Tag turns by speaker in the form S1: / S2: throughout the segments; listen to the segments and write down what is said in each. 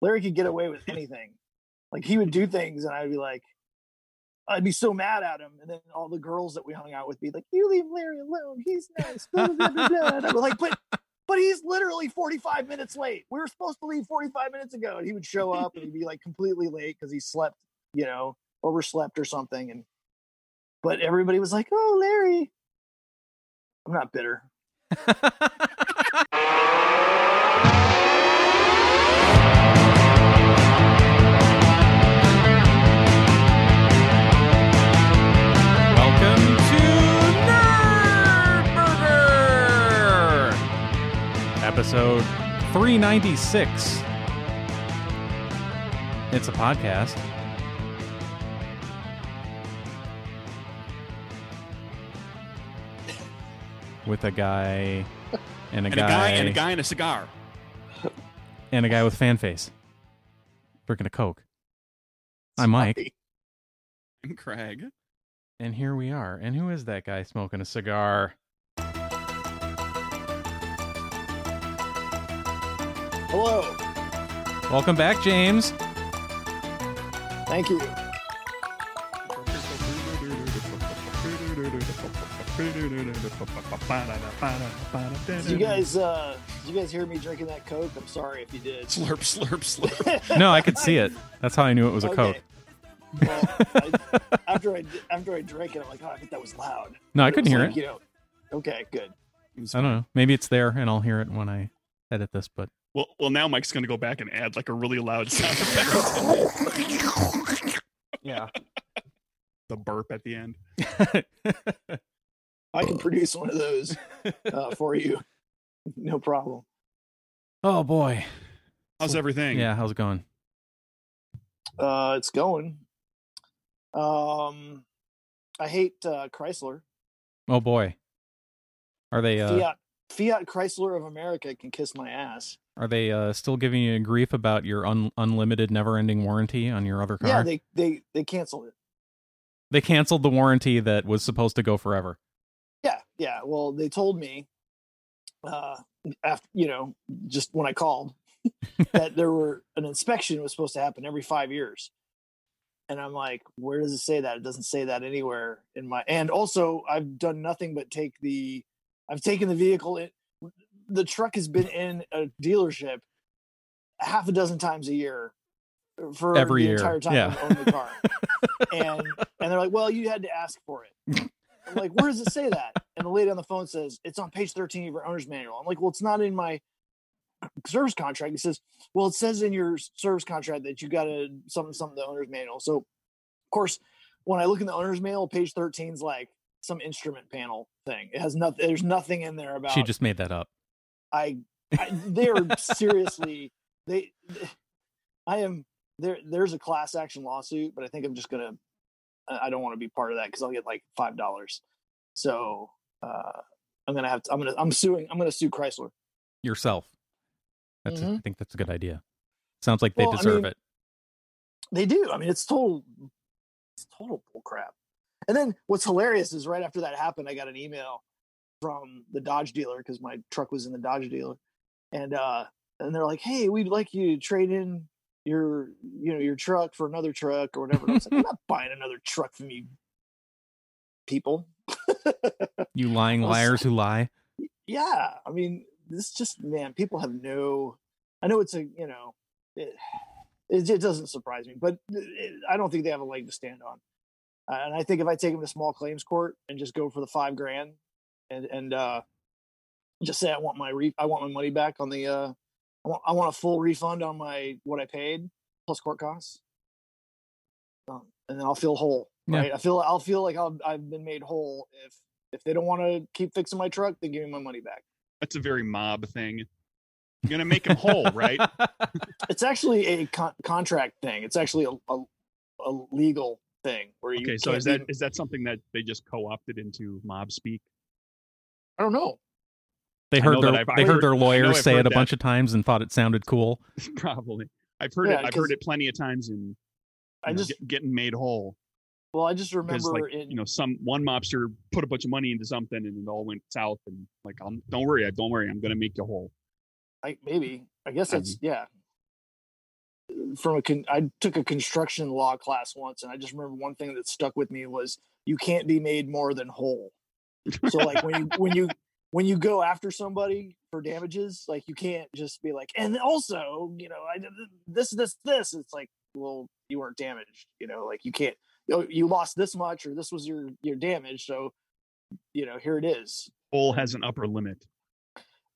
S1: Larry could get away with anything. Like he would do things, and I'd be like, I'd be so mad at him. And then all the girls that we hung out with be like, "You leave Larry alone. He's nice." Blah, blah, blah, blah. And I'm like, "But, but he's literally 45 minutes late. We were supposed to leave 45 minutes ago." And he would show up and he'd be like completely late because he slept, you know, overslept or something. And but everybody was like, "Oh, Larry." I'm not bitter.
S2: Welcome to Nerd Burger, episode 396. It's a podcast. With a guy and a,
S3: and
S2: guy,
S3: a guy and a guy and a cigar.
S2: and a guy with fan face drinking a Coke. I'm Mike.
S1: Sorry.
S3: I'm Craig.
S2: And here we are. And who is that guy smoking a cigar?
S1: Hello.
S2: Welcome back, James.
S1: Thank you. Did you guys uh did you guys hear me drinking that Coke? I'm sorry if you did.
S3: Slurp, slurp, slurp.
S2: No, I could see it. That's how I knew it was a Coke.
S1: Okay. Well, I, after I di- after I drank it, I'm like, oh, I bet that was loud.
S2: No, I couldn't
S1: was
S2: hear
S1: like,
S2: it.
S1: You know, okay, good.
S2: I don't know. Maybe it's there and I'll hear it when I edit this, but
S3: Well, well, now Mike's gonna go back and add like a really loud sound effect.
S2: yeah.
S3: the burp at the end.
S1: I can produce one of those uh, for you, no problem.
S2: oh boy.
S3: How's everything?
S2: Yeah, how's it going?
S1: Uh, it's going. Um, I hate uh, Chrysler.
S2: Oh boy. Are they uh
S1: Fiat Fiat Chrysler of America can kiss my ass.
S2: are they uh still giving you grief about your un- unlimited never-ending warranty on your other car?
S1: Yeah, they they they canceled it.
S2: They canceled the warranty that was supposed to go forever.
S1: Yeah, yeah. Well, they told me, uh, after you know, just when I called, that there were an inspection was supposed to happen every five years, and I'm like, where does it say that? It doesn't say that anywhere in my. And also, I've done nothing but take the, I've taken the vehicle. It, the truck has been in a dealership half a dozen times a year for
S2: Every
S1: the
S2: year,
S1: entire time
S2: yeah.
S1: I've owned the car and and they're like, "Well, you had to ask for it." I'm like, where does it say that? And the lady on the phone says, "It's on page 13 of your owner's manual." I'm like, "Well, it's not in my service contract." He says, "Well, it says in your service contract that you got to something something the owner's manual." So, of course, when I look in the owner's manual, page 13's like some instrument panel thing. It has nothing. There's nothing in there about.
S2: She just made that up.
S1: I, I they're seriously they I am there there's a class action lawsuit, but I think I'm just gonna I I don't want to be part of that because I'll get like five dollars. So uh I'm gonna have to I'm gonna I'm suing I'm gonna sue Chrysler.
S2: Yourself. That's I
S1: Mhm.
S2: think that's a good idea. Sounds like they
S1: Well, I
S2: deserve
S1: mean,
S2: it.
S1: They do. I mean it's total it's total bullcrap. And then what's hilarious is right after that happened, I got an email from the Dodge dealer because my truck was in the Dodge dealer, and uh, and they're like, "Hey, we'd like you to trade in your you know your truck for another truck or whatever." And I was like, "I'm not buying another truck from you people."
S2: You lying
S1: Well,
S2: liars who lie.
S1: yeah, I mean, this just man, people have no. I know it's a you know, it it, it doesn't surprise me, but it, I don't think they have a leg to stand on. Uh, and I think if I take them to small claims court and just go for the five grand, and and uh, just say I want my re- I want my money back on the uh, I want I want a full refund on my what I paid plus court costs, um, and then I'll feel whole.
S2: Yeah.
S1: Right, I feel I'll feel like I'll, I've been made whole if if they don't want to keep fixing my truck, then give me my money back.
S3: That's a very mob thing. You're gonna make him whole, right?
S1: It's actually a con- contract thing. It's actually a, a, a legal thing where you.
S3: Okay, so
S1: can't
S3: is that
S1: be-
S3: is that something that they just co-opted into mob speak?
S1: I don't know.
S2: They
S3: I
S2: heard
S3: know
S2: their
S3: that I've-
S2: they
S3: I've
S2: heard,
S3: heard-
S2: their
S3: I know
S2: lawyers
S3: I've
S2: say it
S3: heard
S2: a
S3: that.
S2: bunch of times and thought it sounded cool.
S3: Probably. I've heard
S1: Yeah,
S3: it. I've
S1: 'cause-
S3: heard it plenty of times in
S1: I
S3: you know,
S1: just
S3: get- getting made whole
S1: well, I just
S3: because
S1: remember
S3: like
S1: in
S3: you know some one mobster put a bunch of money into something and it all went south and like I'm, don't worry, I don't worry, I'm gonna make you whole.
S1: I, maybe I guess that's yeah. from a con- I took a construction law class once, and I just remember one thing that stuck with me was you can't be made more than whole. So like when you when you when you go after somebody for damages, like you can't just be like, and also you know I did this this this. It's like well you weren't damaged, you know, like you can't you, know, you lost this much or this was your your damage, so you know here it is.
S3: Whole has an upper limit.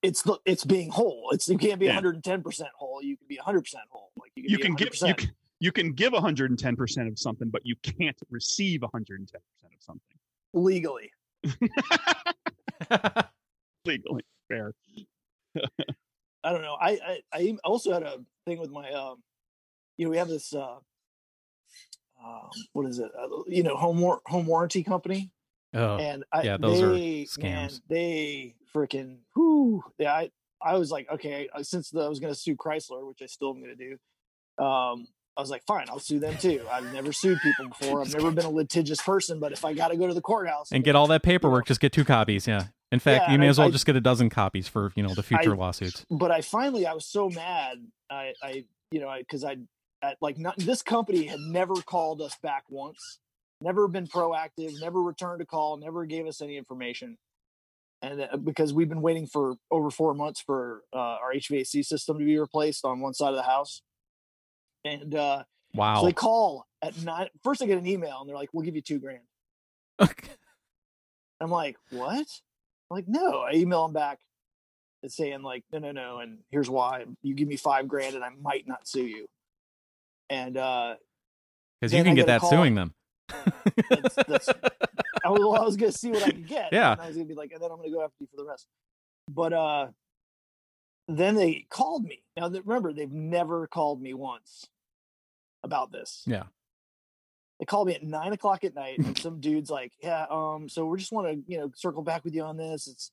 S1: It's the it's being whole. It's you can't be
S3: Yeah.
S1: 110 percent whole. You can be 100 percent whole. Like you can,
S3: You
S1: be
S3: can give
S1: 100%.
S3: you can, you can give 110 percent of something, but you can't receive 110 percent of something
S1: legally.
S3: legally. Fair.
S1: I don't know. I, I I also had a thing with my um, you know, we have this uh, um, what is it? Uh, you know, home war- home warranty company,
S2: oh,
S1: and I,
S2: yeah, those are
S1: they, Man,
S2: scams.
S1: they freaking whoo. Yeah, I I was like, okay, uh, since the, I was going to sue Chrysler, which I still am going to do, um, I was like, fine, I'll sue them too. I've never sued people before. I've never been a litigious person, but if I got to go to the courthouse
S2: and get all that paperwork. Just get two copies. Yeah. In fact,
S1: Yeah,
S2: you
S1: and
S2: may
S1: I-
S2: as well
S1: I-
S2: just get a dozen copies for you know the future lawsuits.
S1: but I finally I was so mad I I you know because I, I like not this company had never called us back once, never been proactive, never returned a call, never gave us any information, and uh, because we've been waiting for over four months for uh, our HVAC system to be replaced on one side of the house, and uh, so
S2: Wow.
S1: they call at nine. First, I get an email and they're like, "We'll give you two grand." I'm like, what? I'm like, no. I email him back and saying like, no, no, no, and here's why. You give me five grand and I might not sue you. And uh
S2: Because
S1: Then
S2: you
S1: I
S2: can
S1: get
S2: get
S1: a
S2: that
S1: call.
S2: suing them.
S1: That's- that's- I was, well, I was gonna see what I could get.
S2: Yeah.
S1: And I was gonna be like, and then I'm gonna go after you for the rest. But uh then they called me. Now th- remember, they've never called me once about this.
S2: Yeah.
S1: They called me at nine o'clock at night, and some dude's like, "Yeah, um, so we just want to, you know, circle back with you on this. It's,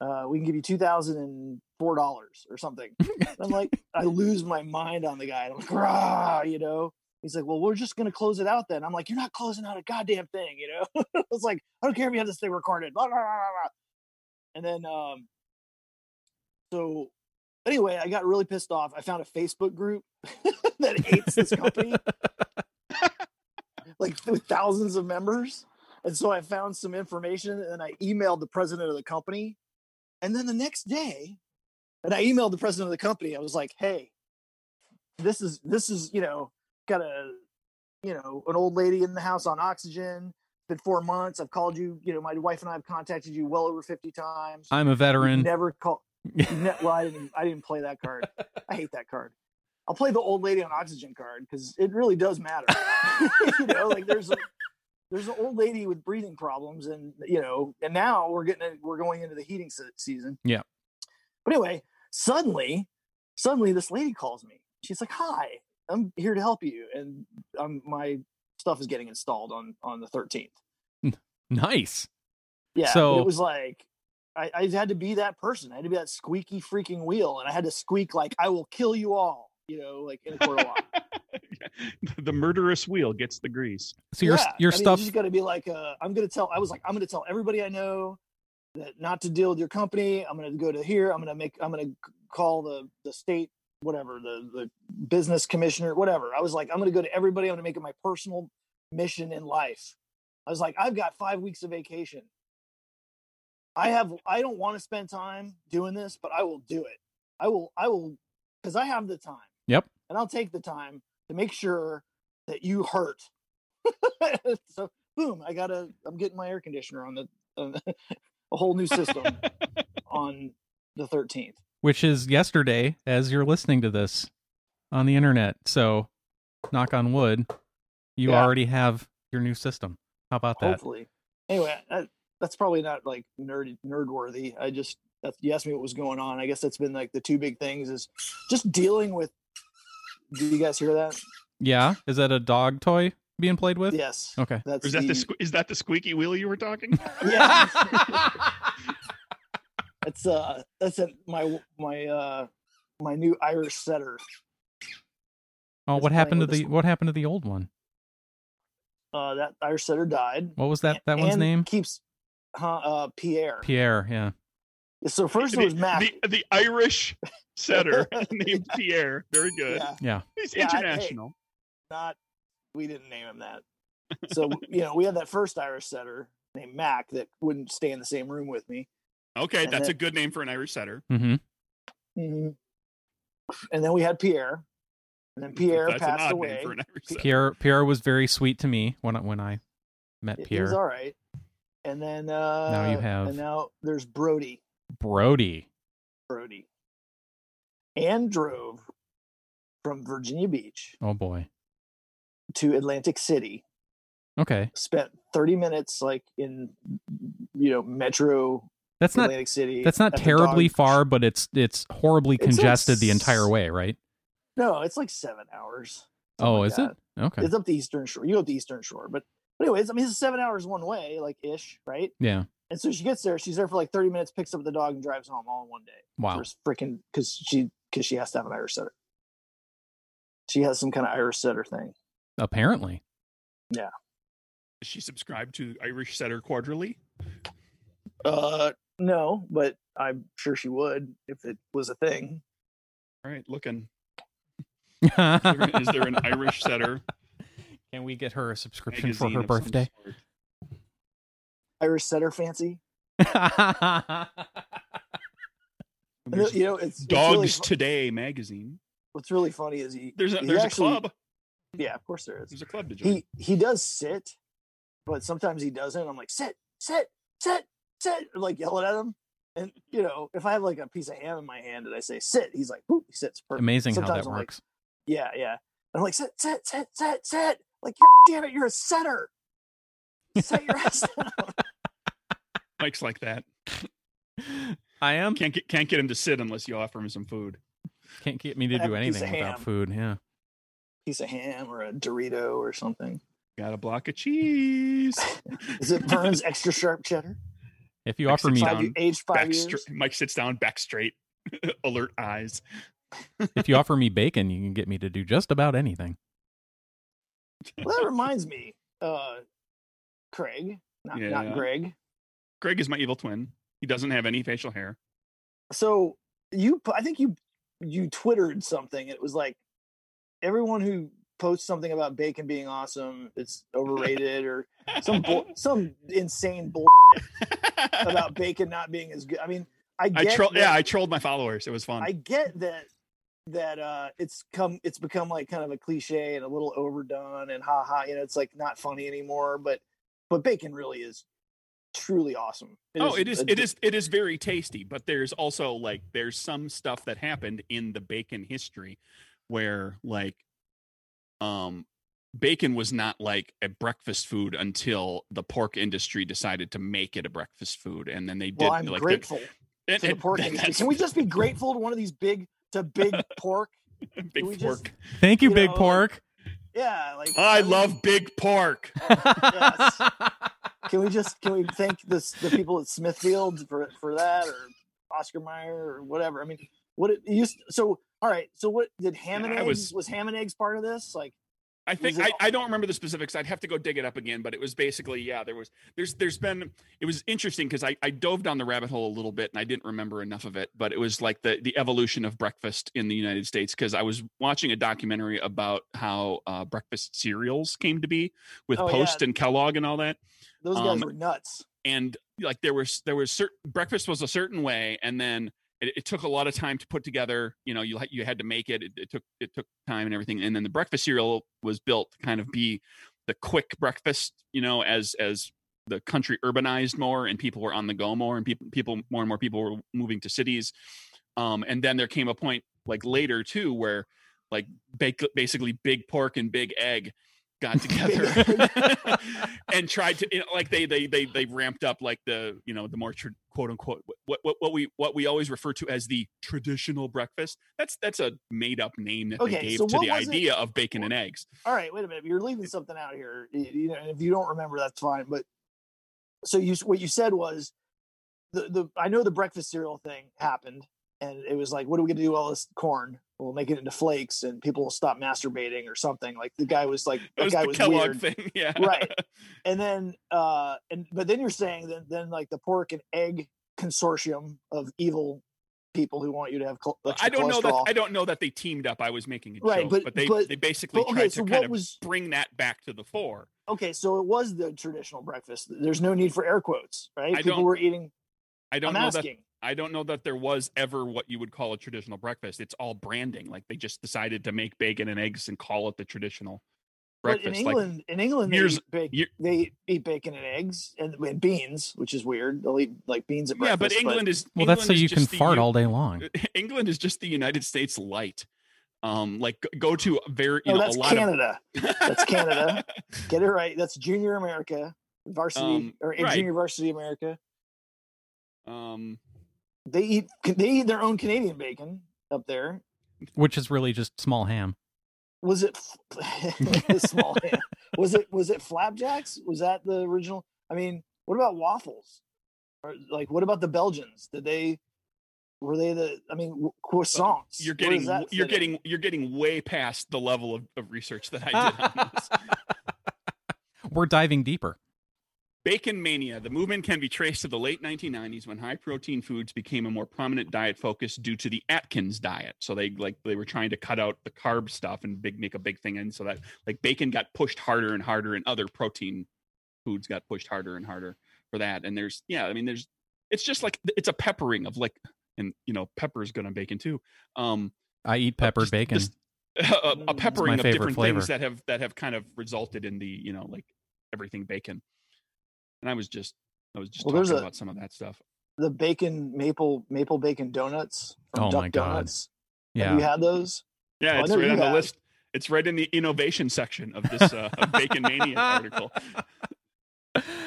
S1: uh, we can give you two thousand and four dollars or something." And I'm like, I lose my mind on the guy. I'm like, rah, you know. He's like, "Well, we're just gonna close it out then." I'm like, "You're not closing out a goddamn thing," you know. I was like, "I don't care if you have this thing recorded." Blah, blah, blah, blah, blah. And then, um, so anyway, I got really pissed off. I found a Facebook group that hates this company like th- thousands of members. And so I found some information and I emailed the president of the company. And then the next day, and I emailed the president of the company. I was like, hey, this is, this is, you know, got a, you know, an old lady in the house on oxygen. It's been four months. I've called you, you know, my wife and I have contacted you well over 50 times.
S2: I'm a veteran.
S1: Never call. Ne- well, I didn't. I didn't play that card. I hate that card. I'll play the old lady on oxygen card because it really does matter. you know, like there's a, there's an old lady with breathing problems, and you know, and now we're getting we're going into the heating se- season.
S2: Yeah.
S1: But anyway, suddenly, suddenly this lady calls me. She's like, "Hi, I'm here to help you," and um, my stuff is getting installed on on the 13th.
S2: nice.
S1: Yeah.
S2: So-
S1: it was like I, I had to be that person. I had to be that squeaky freaking wheel, and I had to squeak like I will kill you all. You know, like in a quarter walk.
S3: the murderous wheel gets the grease.
S2: So your
S1: Yeah,
S2: your
S1: I mean,
S2: stuff.
S1: You just got to be like, uh, I'm gonna tell. I was like, I'm gonna tell everybody I know that not to deal with your company. I'm gonna go to here. I'm gonna make. I'm gonna c- call the the state, whatever the the business commissioner, whatever. I was like, I'm gonna go to everybody. I'm gonna make it my personal mission in life. I was like, I've got five weeks of vacation. I have. I don't want to spend time doing this, but I will do it. I will. I will because I have the time.
S2: Yep.
S1: And I'll take the time to make sure that you hurt. so boom, I got a. I'm getting my air conditioner on the, on the a whole new system on the 13th.
S2: which is yesterday as you're listening to this on the internet. So, knock on wood, you
S1: Yeah.
S2: already have your new system. How about that?
S1: Hopefully. Anyway, that, that's probably not like nerd nerd worthy. I just that's, you asked me what was going on. I guess that's been like the two big things is just dealing with. Do you guys hear that?
S2: Yeah. Is that a dog toy being played with?
S1: Yes.
S2: Okay.
S1: That's
S3: Oh, Is that the
S1: the-
S3: sque- is that the squeaky wheel you were talking?
S1: yeah.
S2: Oh,
S1: That's uh that's a, my my uh my new Irish setter.
S2: oh,
S1: Just
S2: what
S1: playing
S2: happened to
S1: with
S2: the
S1: this-
S2: what happened to the old one?
S1: Uh that Irish setter died.
S2: What was that that one's
S1: and
S2: name?
S1: Keeps huh uh Pierre.
S2: Pierre, yeah.
S1: So first it
S3: the,
S1: was Mac.
S3: the, the Irish setter named Pierre. Very good.
S1: yeah,
S3: He's
S1: Yeah, I- hey.
S3: international.
S1: not we didn't name him that. So you know, we had that first Irish setter named Mac that wouldn't stay in the same room with me.
S3: okay,
S1: And
S3: that's
S1: then-
S3: a good name for an Irish setter.
S2: Mm-hmm.
S1: And then we had Pierre. And then Pierre
S3: that's an
S1: passed
S3: odd
S1: away.
S3: name for an Irish setter.
S2: Pierre Pierre was very sweet to me when I- when I met
S1: It- He
S2: Pierre
S1: was all right. And then uh
S2: Now you have-
S1: and now there's Brody.
S2: Brody.
S1: Brody. And drove from Virginia Beach
S2: Oh boy.
S1: to Atlantic City.
S2: Okay,
S1: Spent 30 minutes like in you know metro
S2: that's not
S1: Atlantic City.
S2: that's not
S1: at the
S2: terribly
S1: dog-
S2: far, but it's it's horribly
S1: It's like
S2: congested the
S1: s-
S2: entire way, right?
S1: No, it's like 7 hours. something
S2: Oh,
S1: like
S2: is
S1: that.
S2: it? Okay,
S1: It's up the Eastern Shore. You go up the Eastern Shore, but but anyways, I mean it's 7 hours one way like ish, right?
S2: yeah.
S1: And so she gets there. She's there for like 30 minutes, picks up the dog, and drives home all in one day.
S2: Wow.
S1: For freaking because she because she has to have an Irish setter. She has some kind of Irish setter thing.
S2: Apparently,
S3: She subscribed to Irish Setter Quarterly.
S1: Uh, no, but I'm sure she would if it was a thing.
S3: All right, looking. Is there- is there an Irish setter
S2: Can we get her a subscription
S3: magazine
S2: for her
S3: of some
S2: birthday?
S3: sort?
S1: Irish setter fancy. And
S3: There's
S1: you know, it's it's
S3: Dogs
S1: really fu-
S3: Today magazine.
S1: what's really funny is he
S3: There's a
S1: he
S3: there's
S1: actually-
S3: a club.
S1: Yeah, of course there is.
S3: There's a club to join.
S1: He he does sit, but sometimes he doesn't. I'm like sit, sit, sit, sit. I'm like yelling at him. And you know, if I have like a piece of ham in my hand and I say sit, he's like, "Whoop!" He sits. Perfect.
S2: Amazing how
S1: Sometimes
S2: that
S1: I'm like,
S2: works.
S1: Yeah, yeah. And I'm like, sit, sit, sit, sit, sit. Like, you're, damn it, you're a setter. Set your ass down.
S3: Mike's like that.
S2: I am
S3: Can't get can't get him to sit unless you offer him some food.
S2: can't get me to
S1: Have
S2: do
S1: a piece
S2: anything
S1: of
S2: without
S1: ham.
S2: food. Yeah.
S1: Piece of ham or a Dorito or something.
S3: Got a block of cheese.
S1: Is it Burns extra sharp cheddar?
S2: If you
S3: Next
S2: offer me
S3: to
S1: Five,
S3: Down.
S1: ye- aged five
S3: back
S1: years.
S3: stra- Mike sits down, back straight, alert eyes.
S2: if you offer me bacon, you can get me to do just about anything.
S1: Well, that reminds me, uh, Craig, not,
S3: Yeah.
S1: not Greg.
S3: Greg is my evil twin. He doesn't have any facial hair.
S1: So you, I think you, you twittered something. It was like everyone who posts something about bacon being awesome, it's overrated or some bull, some insane bull about bacon not being as good. I mean, I
S3: I
S1: get
S3: troll.
S1: that-
S3: Yeah, I trolled my followers. It was fun.
S1: I get that that uh it's come it's become like kind of a cliche and a little overdone and ha ha you know it's like not funny anymore but but bacon really is truly awesome
S3: oh, it is.
S1: a-
S3: It is. It is very tasty. But there's also like there's some stuff that happened in the bacon history where like, um, bacon was not like a breakfast food until the pork industry decided to make it a breakfast food, and then they did
S1: well i'm
S3: like the-
S1: grateful
S3: and-
S1: to the
S3: and
S1: pork industry
S3: that's
S1: can we just be grateful to one of these big to big pork
S3: big
S1: can we just-
S3: pork.
S2: Thank you,
S1: You
S2: Big
S1: know,
S2: Pork.
S1: yeah like
S3: I
S1: mean,
S3: love big pork.
S1: Yes. can we just can we thank this the people at Smithfield for for that or Oscar Mayer or whatever? I mean, what it you used so all right. So what did ham and
S3: Yeah, I
S1: eggs
S3: was-
S1: was, ham and eggs part of this? Like
S3: I think
S1: Was
S3: I,
S1: it-
S3: I don't remember the specifics. I'd have to go dig it up again, but it was basically yeah. There was there's there's been it was interesting because I I dove down the rabbit hole a little bit and I didn't remember enough of it, but it was like the the evolution of breakfast in the United States because I was watching a documentary about how uh, breakfast cereals came to be with
S1: Oh, yeah.
S3: Post and Kellogg and all that
S1: those guys
S3: Um,
S1: were nuts.
S3: and like there was there was certain breakfast was a certain way and then it, it took a lot of time to put together you know you had- you had to make it. it it took it took time and everything and then the breakfast cereal was built to kind of be the quick breakfast you know as as the country urbanized more and people were on the go more and people people more and more people were moving to cities um and then there came a point like later too where like bake, basically big pork and big egg got together and tried to you know, like they they they they ramped up like the you know the more tra- quote unquote what, what what we what we always refer to as the traditional breakfast that's that's a made up name that
S1: Okay,
S3: they gave
S1: so
S3: to
S1: what
S3: the
S1: was it-
S3: idea of bacon and eggs
S1: All right, wait a minute. You're leaving something out here. You, you know, and if you don't remember, that's fine. But so you what you said was the the I know the breakfast cereal thing happened, and it was like, what are we going to do with all this corn? We'll make it into flakes, and people will stop masturbating or something. Like the guy was like,
S3: that
S1: that
S3: was
S1: guy
S3: the
S1: was
S3: kellogg
S1: weird.
S3: thing yeah
S1: Right. and then uh and but then you're saying that then like the pork and egg consortium of evil people who want you to have col- extra
S3: I don't know that
S1: cholesterol.
S3: I don't know that they teamed up. I was making a
S1: Right,
S3: joke,
S1: but-
S3: but, they
S1: but-
S3: they basically
S1: But, okay,
S3: tried
S1: so
S3: to kind
S1: what
S3: of
S1: was
S3: bring that back to the fore.
S1: okay? So it was the traditional breakfast. There's no need for air quotes, right?
S3: I
S1: People
S3: don't-
S1: were eating.
S3: I
S1: I'm
S3: don't know that
S1: asking.
S3: I don't know that there was ever what you would call a traditional breakfast. It's all branding. Like they just decided to make bacon and eggs and call it the traditional
S1: But
S3: breakfast.
S1: in
S3: like
S1: England, in England, they
S3: years-
S1: eat, bacon,
S3: year-
S1: they eat bacon and eggs and, and beans, which is weird. They'll eat like beans at
S3: yeah,
S1: breakfast.
S3: but England is
S2: Well, that's
S3: England
S2: so
S3: is
S2: you can
S3: just the
S2: fart
S3: U-
S2: all day long.
S3: England is just the United States light. Um, like g- go to a very you
S1: no,
S3: know
S1: oh, that's
S3: a lot
S1: Canada.
S3: of
S1: That's Canada. Get it right. That's Junior America, varsity
S3: Um,
S1: or eh,
S3: right.
S1: Junior Varsity America.
S3: um,
S1: They eat they eat their own Canadian bacon up there.
S2: which is really just small ham.
S1: Was it f- small? hand. Was it was it flapjacks? Was that the original? I mean, what about waffles? Or like, what about the Belgians? Did they were they the? I mean, w- croissants.
S3: you're
S1: Where
S3: getting
S1: does that
S3: you're
S1: fit in?
S3: getting you're getting way past the level of, of research that I did on this.
S2: We're diving deeper.
S3: Bacon mania. The movement can be traced to the late 1990s when high protein foods became a more prominent diet focus due to the Atkins diet. So they like they were trying to cut out the carb stuff and big make a big thing and so that like bacon got pushed harder and harder and other protein foods got pushed harder and harder for that. And there's yeah, I mean there's it's just like it's a peppering of like and you know pepper's good on bacon too. Um
S2: I eat peppered
S3: just-
S2: bacon.
S3: just a,
S1: Mm.
S3: a
S1: It's
S3: peppering of
S2: favorite
S3: different
S2: flavor.
S3: things that have that have kind of resulted in the you know like everything bacon and i was just i was just
S1: Well, there's
S3: talking
S1: a-
S3: about some of that stuff
S1: the bacon maple maple bacon donuts from
S2: Oh
S1: Duck
S2: my God.
S1: Donuts. Have
S2: yeah.
S1: you had those?
S3: yeah
S1: Well, I
S3: it's
S1: know
S3: right
S1: you
S3: on the
S1: have.
S3: list it's right in the innovation section of this uh, bacon mania article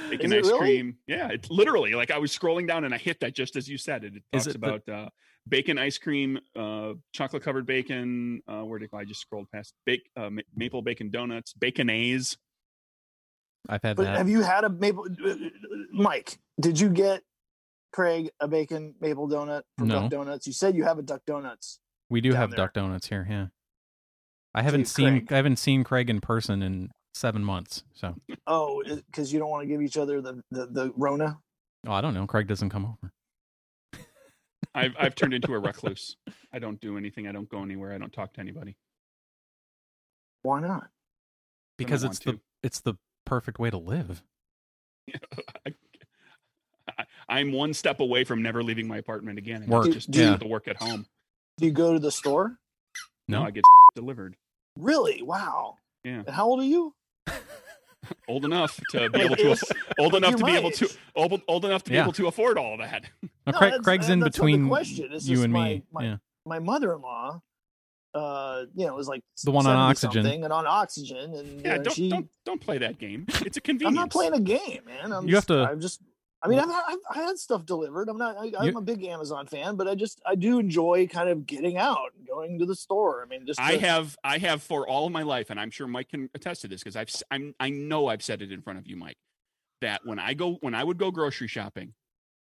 S3: bacon
S1: it
S3: ice
S1: really?
S3: cream yeah it's literally like i was scrolling down and i hit that just as you said it, it
S2: Is
S3: talks
S2: it the-
S3: about uh, bacon ice cream uh, chocolate covered bacon uh, where did i just scrolled past bake uh, ma- maple bacon donuts baconaise
S2: I've had
S1: But
S2: that.
S1: have you had a maple? uh, Mike, did you get Craig a bacon maple donut from
S2: No.
S1: Duck Donuts? You said you have a Duck Donuts.
S2: we do
S1: down
S2: have
S1: there?
S2: duck donuts here. Yeah. I haven't
S1: Dude,
S2: seen
S1: Craig.
S2: I haven't seen Craig in person in seven months. So
S1: Oh, because you don't want to give each other the the, the Rona.
S2: oh, I don't know. Craig doesn't come over.
S3: I've I've turned into a recluse. I don't do anything. I don't go anywhere. I don't talk to anybody
S1: Why not?
S2: Because
S3: don't
S2: it's the
S3: want
S2: it's the perfect way to live.
S3: I, I'm one step away from never leaving my apartment again. and
S2: Work.
S3: that's Just
S1: Dude,
S3: do the work at home.
S1: Do you go to the store?
S3: No,
S2: No.
S3: I get delivered.
S1: Really? Wow.
S3: Yeah.
S1: And how old are you?
S3: Old enough to be able to aff- old enough
S1: You're
S3: to be
S1: my
S3: able to
S1: age.
S3: old, old enough to be
S2: Yeah.
S3: able to afford all that.
S2: No,
S1: No,
S2: Craig,
S1: that's-
S2: Craig's
S1: uh,
S2: in
S1: that's not the
S2: between
S1: question. It's
S2: you
S1: just
S2: and
S1: my-
S2: me.
S1: my-
S2: yeah.
S1: My mother-in-law, uh, you know, is like
S2: The one on
S1: 70
S2: oxygen.
S1: something and on oxygen, and you
S3: Yeah,
S1: know,
S3: don't
S1: she
S3: don't don't play that game. It's a
S1: I'm
S3: convenience.
S1: not playing a game, man. I'm
S2: You
S1: just,
S2: have to-
S1: I'm just. I mean, I've, I've, i had stuff delivered. I'm not. I, I'm
S2: You-
S1: a big Amazon fan, but I just I do enjoy kind of getting out, and going to the store. I mean, just
S3: I
S1: to-
S3: have I have for all of my life, and I'm sure Mike can attest to this because I've s- I'm I know I've said it in front of you, Mike, that when I go when I would go grocery shopping,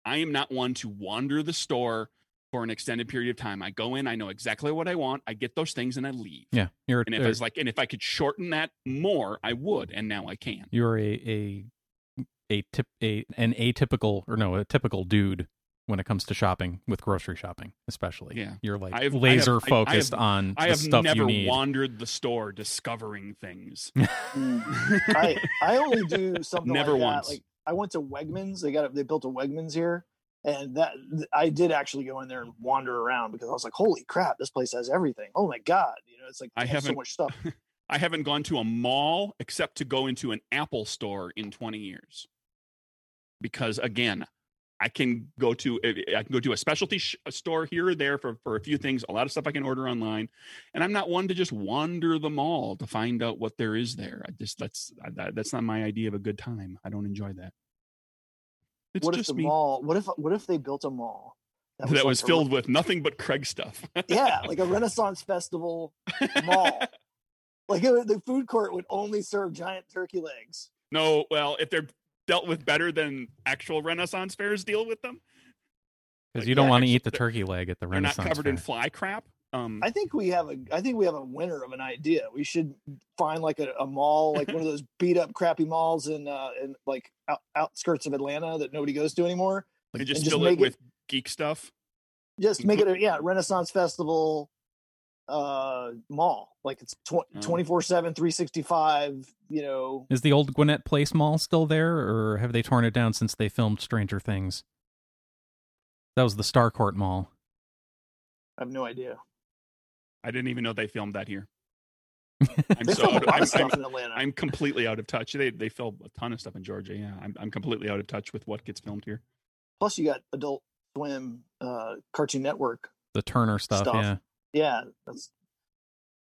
S3: I am not one to wander the store for an extended period of time. I go in, I know exactly what I want, I get those things, and I leave.
S2: Yeah. You're
S3: And if I
S2: uh,
S3: was like, and if I could shorten that more, I would, and now I can.
S2: you're a a a tip a an atypical or no a typical dude when it comes to shopping with grocery shopping especially
S3: Yeah.
S2: you're like
S3: I have- I have-
S2: laser
S3: I- I have-
S2: focused on
S3: I
S2: the
S3: have
S2: stuff you
S3: never
S2: need
S3: wandered the store discovering things.
S1: Mm. I I only do something
S3: Never
S1: like that.
S3: once.
S1: Like I went to Wegmans. They got a, they built a Wegmans here, and that I did actually go in there and wander around because I was like, holy crap, this place has everything. Oh my god, you know, it's like
S3: I
S1: they have so
S3: haven't-
S1: much stuff.
S3: I haven't gone to a mall except to go into an Apple store in 20 years. Because again, I can go to eh, I can go to a specialty sh- a store here or there for, for a few things, a lot of stuff I can order online, and I'm not one to just wander the mall to find out what there is there. I just that's I, that- that's not my idea of a good time. I don't enjoy that. It's
S1: what if
S3: just
S1: the
S3: me
S1: mall? What if what if they built a mall
S3: that was,
S1: like a re-
S3: filled with nothing but Craig stuff.
S1: yeah, like a Renaissance festival mall. Like it, would- the food court would only serve giant turkey legs.
S3: no, well, if they're dealt with better than actual Renaissance fairs deal with them,
S2: because you don't
S3: Yeah,
S2: want to
S3: actually,
S2: eat the
S3: they're-
S2: turkey leg at the
S3: they're not
S2: Renaissance
S3: covered in
S2: fair.
S3: fly crap. Um,
S1: I think we have a I think we have a winner of an idea. We should find like a, a mall, like one of those beat up crappy malls in uh in like out, outskirts of Atlanta that nobody goes to anymore
S2: Like-
S3: and just
S1: And just
S3: fill
S1: make it-
S3: it with geek stuff.
S1: Just
S3: Mm-hmm.
S1: make it a yeah Renaissance Festival uh mall like it's
S3: Oh.
S1: 24 7 365 you know
S2: Is the old Gwinnett Place Mall still there, or have they torn it down since they filmed Stranger Things? That was the Starcourt Mall.
S1: i have no idea
S3: I didn't even know they filmed that here. I'm
S1: they
S3: so
S1: filmed
S3: out
S1: a
S3: of,
S1: lot
S3: I'm,
S1: of stuff
S3: I'm,
S1: in atlanta
S3: I'm completely out of touch. They they film a ton of stuff in Georgia. Yeah, I'm I'm completely out of touch with what gets filmed here.
S1: plus you got adult swim uh cartoon network
S2: The Turner stuff,
S1: Stuff.
S2: yeah.
S1: yeah that's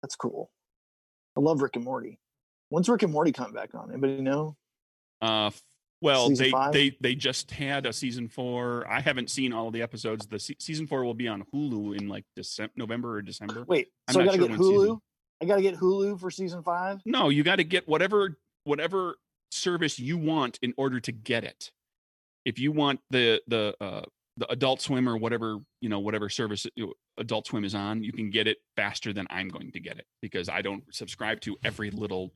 S1: that's cool i love rick and morty when's rick and morty come back on anybody know
S3: Uh, f- well,
S1: Season
S3: they,
S1: five?
S3: they they just had a season four. I haven't seen all the episodes. The se- season four will be on Hulu in like December, November or December.
S1: wait
S3: I'm
S1: so i gotta
S3: not sure
S1: get
S3: when
S1: hulu
S3: season-
S1: i gotta get hulu for season five
S3: No, you got to get whatever whatever service you want in order to get it. If you want the the uh, the Adult Swim or whatever you know whatever service you- Adult Swim is on, you can get it faster than I'm going to get it because I don't subscribe to every little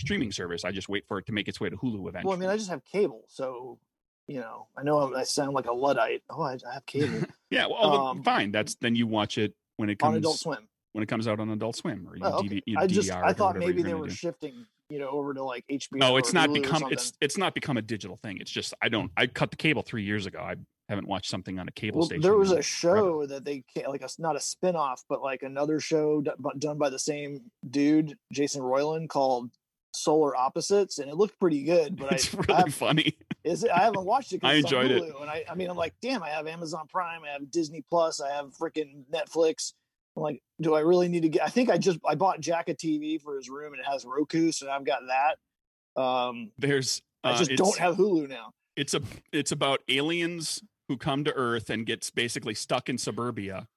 S3: streaming service. I just wait for it to make its way to Hulu eventually.
S1: well i mean i just have cable so you know i know i sound like a luddite oh i, I have cable
S3: yeah, well, then
S1: um,
S3: fine. That's then you watch it when it
S1: on
S3: comes
S1: adult swim
S3: when it comes out on Adult Swim or you
S1: Oh,
S3: DV,
S1: okay.
S3: you
S1: i just
S3: DVR
S1: i
S3: or
S1: thought
S3: whatever you're
S1: maybe they
S3: gonna
S1: were
S3: do.
S1: shifting you know over to like hbo
S3: No, it's
S1: or
S3: not
S1: Hulu or
S3: become it's
S1: something. Mm.
S3: it's not become a digital thing. It's just I don't I cut the cable three years ago. I haven't watched something on a cable
S1: well,
S3: station.
S1: there was
S3: in
S1: a show that they ca- like a s- not a spin-off but like another show d- bu- done by the same dude jason royland called solar opposites and it looked pretty good but
S3: it's
S1: I,
S3: really
S1: I, have-
S3: funny.
S1: is it, I haven't watched it 'cause
S3: I
S1: it's on
S3: enjoyed it.
S1: Hulu, and I, I mean i'm like damn i have amazon prime i have disney plus i have freaking netflix i'm like do i really need to get i think i just i bought jack a tv for his room and it has roku so i've got that um
S3: There's uh,
S1: i just
S3: it's,
S1: don't have hulu now
S3: it's a it's about aliens who come to Earth and gets basically stuck in suburbia.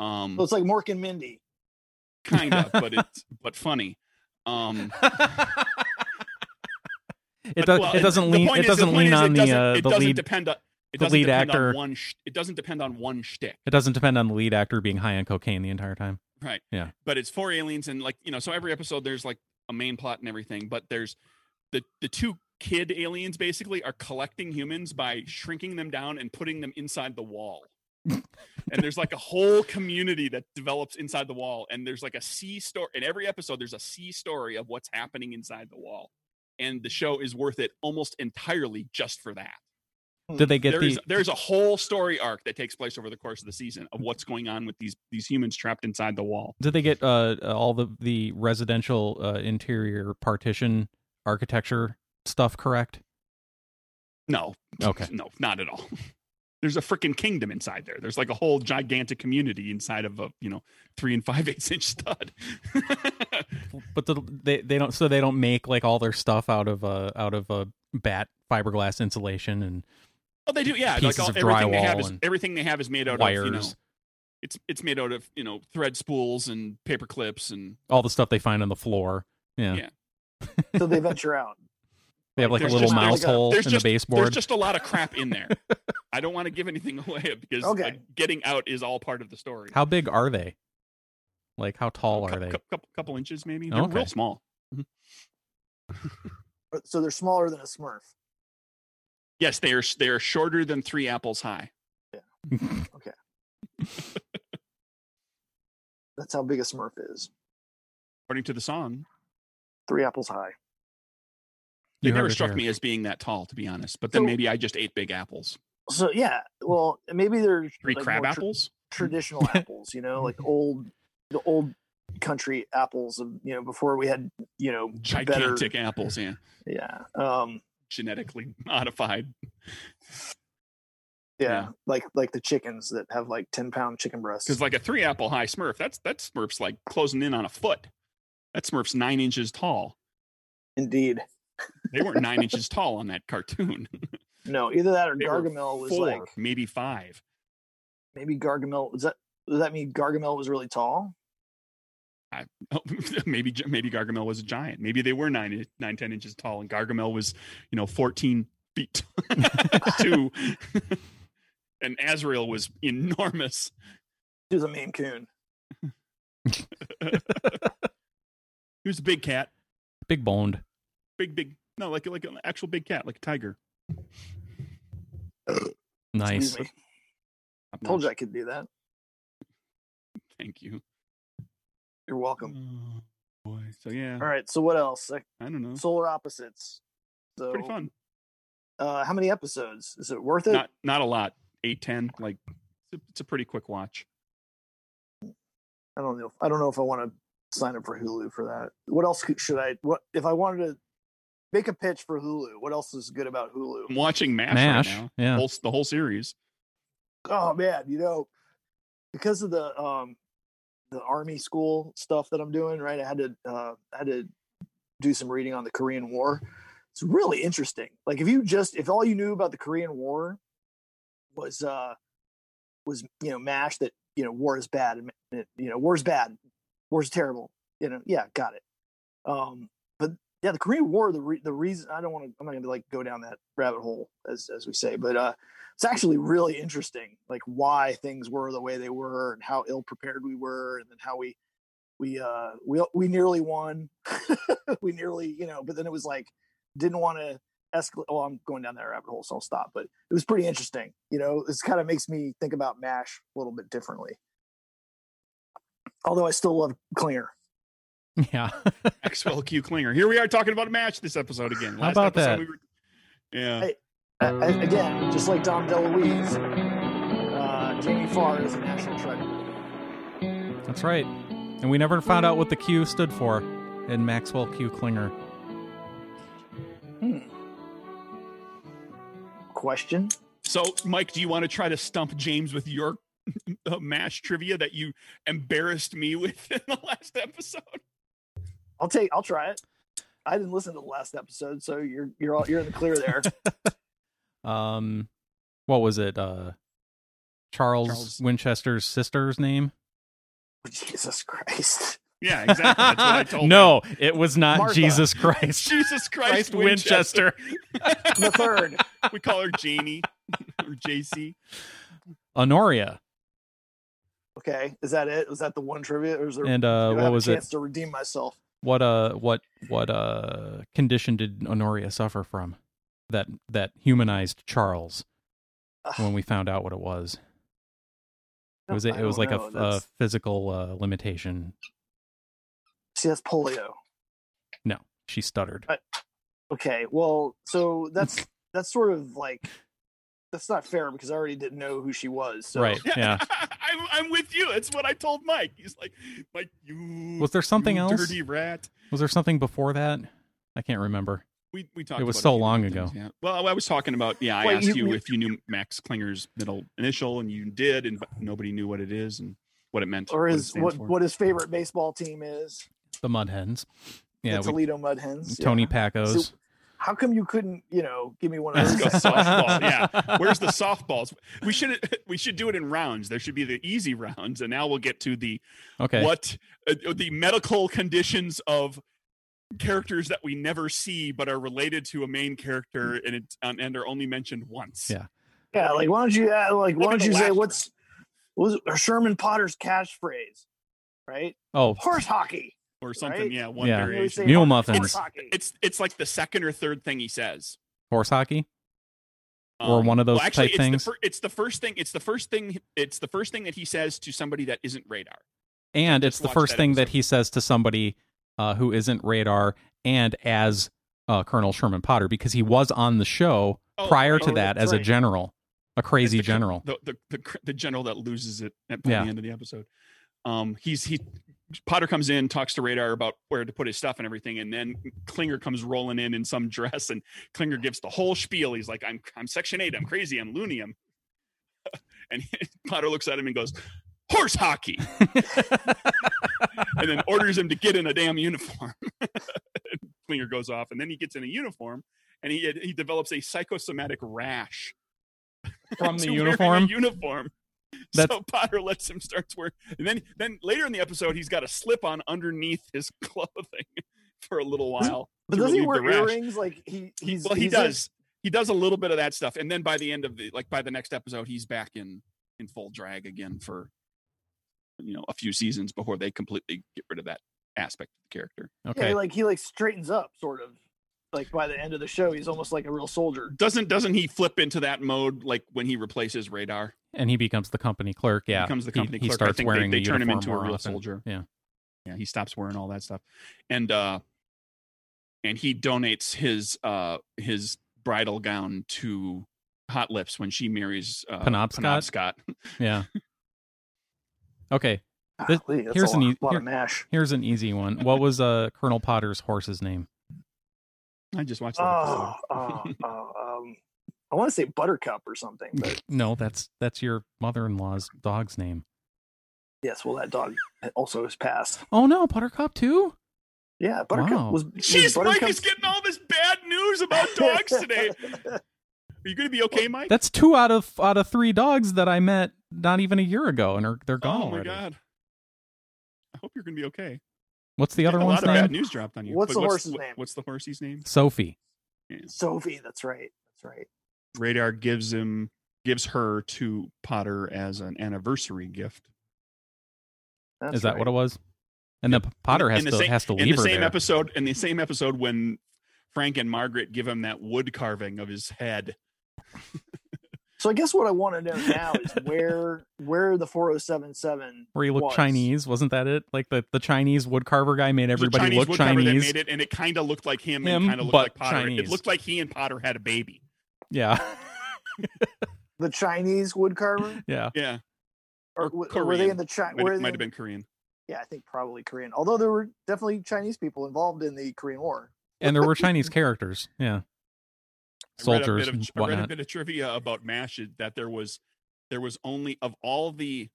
S3: Um,
S1: so it's like mork and mindy
S3: kind of, but it's but funny. Um,
S2: it,
S3: but-
S2: does,
S3: well,
S2: it
S3: and
S2: doesn't
S3: the
S2: lean.
S3: point
S2: It
S3: is- the
S2: doesn't
S3: point
S2: lean
S3: is
S2: on
S3: it
S2: the
S3: doesn't-
S2: uh,
S3: it
S2: the
S3: doesn't
S2: lead.
S3: depend on it
S2: the
S3: doesn't
S2: lead
S3: depend
S2: actor.
S3: on one sh- it doesn't depend on one shtick.
S2: It doesn't depend on the lead actor being high on cocaine the entire time.
S3: Right.
S2: Yeah.
S3: But it's four aliens and like, you know, so every episode there's like a main plot and everything, but there's the the two kid aliens basically are collecting humans by shrinking them down and putting them inside the wall. and there's like a whole community that develops inside the wall and there's like a C story in every episode there's a C story of what's happening inside the wall. And the show is worth it almost entirely just for that.
S2: Did they get
S3: Hmm. There
S2: the?
S3: is there's a whole story arc that takes place over the course of the season of what's going on with these these humans trapped inside the wall.
S2: Did they get uh, all the the residential uh, interior partition architecture stuff correct?
S3: No.
S2: Okay.
S3: No, not at all. There's a freaking kingdom inside there. There's like a whole gigantic community inside of a, you know, three and five eighths inch stud.
S2: But the, they they don't so they don't make like all their stuff out of uh out of uh, bat fiberglass insulation and
S3: well, they do, yeah.
S2: Pieces
S3: like all,
S2: of
S3: everything they have
S2: drywall
S3: is
S2: and
S3: everything they have is made out
S2: wires,
S3: of, you know, it's it's made out of you know thread spools and paper clips and
S2: all the stuff they find on the floor. Yeah,
S3: Yeah.
S1: so they venture out
S2: they have like a
S3: There's
S2: little
S3: just-
S2: mouse
S1: there's
S2: hole in
S3: there's
S2: the
S3: just- there's
S2: baseboard.
S3: just a lot of crap in there. I don't want to give anything away because
S1: Okay.
S3: like, getting out is all part of the story.
S2: How big are they? Like how tall
S3: Cou-
S2: are they?
S3: cou- Couple, couple inches maybe. They're
S2: Okay.
S3: real small.
S1: so they're smaller than a smurf
S3: Yes, they are. They are shorter than three apples high.
S1: that's how big a smurf is
S3: according to the song.
S1: three apples high
S3: They
S2: You heard
S3: never
S2: it
S3: struck
S2: here.
S3: me as being that tall, to be honest. But then
S1: So-
S3: maybe I just ate big apples,
S1: so yeah well maybe they're
S3: three
S1: like,
S3: crab
S1: more tr-
S3: apples.
S1: traditional apples you know like old the old country apples of you know before we had you know better-
S3: Gigantic apples, yeah.
S1: yeah um
S3: Genetically modified.
S1: yeah,
S3: Yeah.
S1: like like the chickens that have like 10 pound chicken breasts
S3: Because like a three apple high Smurf, that's that Smurf's like closing in on a foot. That Smurf's nine inches tall.
S1: indeed
S3: They weren't nine inches tall on that cartoon.
S1: no either that or
S3: They were
S1: gargamel was
S3: Four,
S1: like
S3: maybe five.
S1: maybe gargamel was that does that mean gargamel was really tall
S3: Oh, maybe G- maybe Gargamel was a giant. Maybe they were nine in- nine ten inches tall, and Gargamel was you know fourteen feet two. and Azrael was enormous.
S1: he was a maine coon
S3: He was a big cat,
S2: Big boned.
S3: big big no like like an actual big cat, like a tiger.
S2: Nice.
S1: Excuse me. I told you I could do that.
S3: Thank you.
S1: You're welcome.
S3: Oh, boy. So yeah,
S1: All right. So what else? Like,
S3: I don't know.
S1: Solar opposites. So
S3: Mm-hmm. Pretty fun.
S1: Uh, how many episodes? Is it worth it?
S3: Not not a lot. Eight ten. Like it's a, it's a pretty quick watch.
S1: I don't know. I don't know if I want to sign up for Hulu for that. What else could- should I? What if I wanted to make a pitch for Hulu? What else is good about
S3: I'm
S1: Hulu?
S3: watching Mash,
S2: Mash.
S3: right now.
S2: yeah.
S3: Whole, the whole series.
S1: Oh man, you know, because of the um the army school stuff that I'm doing, right? I had to uh, I had to do some reading on the Korean War. It's really interesting. Like if you just if all you knew about the Korean War was uh was you know mash that you know war is bad and and, you know war's bad, war's terrible. You know, yeah, got it. Um, but yeah, the Korean War. The re- the reason I don't want to I'm not going to like go down that rabbit hole as as we say, but uh, it's actually really interesting, like why things were the way they were and how ill prepared we were, and then how we we uh we we nearly won, we nearly you know, but then it was like didn't want to escalate. Oh, I'm going down that rabbit hole, so I'll stop. But it was pretty interesting, you know. This kind of makes me think about Mash a little bit differently. Although I still love Klinger.
S2: Yeah.
S3: Maxwell Q Klinger. Here we are talking about Mash this episode again.
S2: How about
S3: episode
S2: that?
S3: we were- yeah.
S1: Hey. I, I, again, just like Dom DeLuise, uh, Jamie Farr is a national treasure.
S2: That's right. And we never found out what the Q stood for in Maxwell Q Klinger.
S1: Question?
S3: So, Mike, do you want to try to stump James with your uh, Mash trivia that you embarrassed me with in the last episode?
S1: I'll take. I'll try it. I didn't listen to the last episode, so you're you're all, you're in the clear there.
S2: Um, what was it? Uh, Charles,
S3: Charles.
S2: Winchester's sister's name?
S1: Jesus Christ!
S3: Yeah, exactly. That's what I told. him.
S2: no, it was not
S1: Martha.
S2: Jesus Christ.
S3: Jesus Christ,
S2: Christ
S3: Winchester.
S2: Winchester.
S1: The third.
S3: we call her Janie or JC.
S2: Honoria.
S1: Okay, is that it? Was that the one trivia? Or is there?
S2: And
S1: do I
S2: uh,
S1: have
S2: what
S1: a
S2: was
S1: chance
S2: it?
S1: To redeem myself.
S2: What uh, what what uh, condition did Honoria suffer from? That that humanized Charles.
S1: Ugh.
S2: When we found out what it was, it was
S1: I
S2: it, it was
S1: don't
S2: like a,
S1: know.
S2: f- a
S1: That's-
S2: physical uh, limitation.
S1: See, that's polio.
S2: No, she stuttered.
S1: Okay, well, so that's that's sort of like that's not fair because I already didn't know who she was. So.
S2: Right. Yeah.
S3: I'm, I'm with you. It's what I told Mike. He's like, Mike, you.
S2: Was there something
S3: you
S2: else?
S3: Dirty rat.
S2: Was there something before that? I can't remember.
S3: We we talked.
S2: It was
S3: about a
S2: so
S3: few
S2: long
S3: different
S2: ago.
S3: things, yeah. Well, I was talking about. Yeah, I
S1: Wait,
S3: asked
S1: you-
S3: you,
S1: you-
S3: if you knew Max Klinger's middle initial, and you did, and but nobody knew what it is and what it meant,
S1: Or
S3: it
S1: his
S3: stands
S1: what
S3: for.
S1: what his favorite baseball team is?
S2: The Mud Hens. Yeah,
S1: the
S2: we,
S1: Toledo Mud Hens. yeah.
S2: Tony Pacos.
S1: So- How come you couldn't, you know, give me one of
S3: Let's
S1: those?
S3: go softball. Yeah. Where's the softballs? We should we should do it in rounds. There should be the easy rounds, and now we'll get to the
S2: okay.
S3: what uh, the medical conditions of characters that we never see but are related to a main character and it um, and are only mentioned once.
S2: Mm. Yeah.
S1: Yeah, like why don't you uh, like why
S3: Look at
S1: don't
S3: the
S1: you say
S3: last
S1: what's what was Sherman Potter's catchphrase, right?
S2: Oh,
S1: Horse hockey.
S3: Or something.
S1: Right?
S3: Yeah. One
S2: Yeah.
S1: You always
S3: variation.
S1: say
S2: Mule
S1: horse-
S2: muffins.
S1: Horse hockey.
S3: It's it's like the second or third thing he says. um,
S2: horse hockey. Or one of those
S3: well, actually,
S2: type
S3: it's
S2: things?
S3: The fir- it's the first thing. It's the first thing. It's the first thing that he says to somebody that isn't radar.
S2: And
S3: just
S2: it's the
S3: watch
S2: first
S3: that
S2: thing that
S3: episode.
S2: he says to somebody uh, who isn't radar and as uh, Colonel Sherman Potter because he was on the show
S3: Oh,
S2: prior
S3: right.
S2: to that
S1: that's
S2: as a
S1: right.
S2: general, a crazy
S3: the-
S2: general.
S3: the, the, the, cr- the general that loses it at by
S2: Yeah.
S3: the end of the episode. Um, he's he Potter comes in, talks to Radar about where to put his stuff and everything, and then Klinger comes rolling in in some dress, and Klinger gives the whole spiel. He's like, "I'm I'm Section Eight. I'm crazy. I'm loony. I'm." And Potter looks at him and goes, "Horse hockey," and then orders him to get in a damn uniform. Klinger goes off, and then he gets in a uniform, and he he develops a psychosomatic rash
S2: From the
S3: to wearing a
S2: uniform?
S3: uniform.
S2: That's-
S3: So Potter lets him start wearing, and then then later in the episode, he's got a slip on underneath his clothing for a little while.
S1: but
S3: to
S1: doesn't he
S3: relieve
S1: wear
S3: the rash.
S1: earrings? Like he
S3: He-
S1: he's
S3: well, he
S1: he's in-
S3: does. He does a little bit of that stuff, and then by the end of the like by the next episode, he's back in in full drag again for you know a few seasons before they completely get rid of that aspect of the character.
S1: yeah,
S2: Okay.
S1: he, like he like straightens up sort of. like by the end of the show, he's almost like a real soldier.
S3: Doesn't doesn't he flip into that mode like when he replaces radar?
S2: and he becomes the company clerk. Yeah,
S3: becomes the
S2: He-
S3: company
S2: he,
S3: clerk. I
S2: starts
S3: think they-
S2: wearing
S3: they
S2: the
S3: turn him
S2: uniform
S3: into a
S2: more
S3: real
S2: often.
S3: soldier.
S2: Yeah,
S3: Yeah, he stops wearing all that stuff. And uh and he donates his uh his bridal gown to Hot Lips when she marries uh
S2: Penobscot?
S3: Penobscot.
S2: yeah. okay, This-
S1: Golly, that's
S2: here's
S1: a
S2: an
S1: lot,
S2: e-
S1: lot
S2: here-
S1: of mash.
S2: here's an easy one. What was uh Colonel Potter's horse's name?
S3: I just watched that.
S1: Oh, oh,
S3: episode.
S1: oh, um, I want to say Buttercup or something, but
S2: No, that's that's your mother-in-law's dog's name.
S1: yes, well, that dog also has passed.
S2: Oh no, Buttercup too.
S1: Yeah, Buttercup
S2: Wow.
S1: was. was
S3: Jeez, Mike
S1: Buttercup-
S3: is getting all this bad news about dogs today. Are you going to be okay, Mike?
S2: That's two out of out of three dogs that I met not even a year ago, and are they're
S3: oh
S2: gone
S3: my
S2: already.
S3: god. I hope you're going to be okay.
S2: What's the
S3: Yeah,
S2: other
S3: a
S2: one's
S3: lot of bad
S2: name?
S3: news dropped on you.
S1: What's
S3: but
S1: the horse's
S3: what-
S1: name?
S3: What's the horsey's name?
S2: Sophie.
S1: Sophie, that's right. That's right.
S3: Radar gives him gives her to Potter as an anniversary gift.
S1: That's
S2: Is that
S1: right.
S2: what it was? And then Potter has
S3: in the
S2: to
S3: same-
S2: has to
S3: in
S2: leave
S3: the
S2: her
S3: same
S2: there.
S3: episode in the same episode when Frank and Margaret give him that wood carving of his head.
S1: So I guess what I want to know now is where where the 4077
S2: where he looked
S1: was.
S2: Chinese, wasn't that it? Like the, the Chinese woodcarver guy made
S3: It was a
S2: everybody
S3: Chinese
S2: look
S3: woodcarver that
S2: Chinese.
S3: made it, and it kind of looked like him,
S2: Him,
S3: and kind of looked
S2: but
S3: like Potter. It
S2: Chinese.
S3: looked like he and Potter had a baby.
S2: Yeah,
S1: the Chinese woodcarver
S2: yeah.
S3: Yeah,
S1: or,
S3: Or
S1: w- or were they in
S3: Korean.
S1: the China?
S3: might, might have been Korean.
S1: Yeah, I think probably Korean. Although there were definitely Chinese people involved in the Korean War.
S2: And there were Chinese characters. Yeah, soldiers
S3: I read a bit
S2: and
S3: of, I read a
S2: whatnot.
S3: bit of trivia about Mash that there was there was only of all the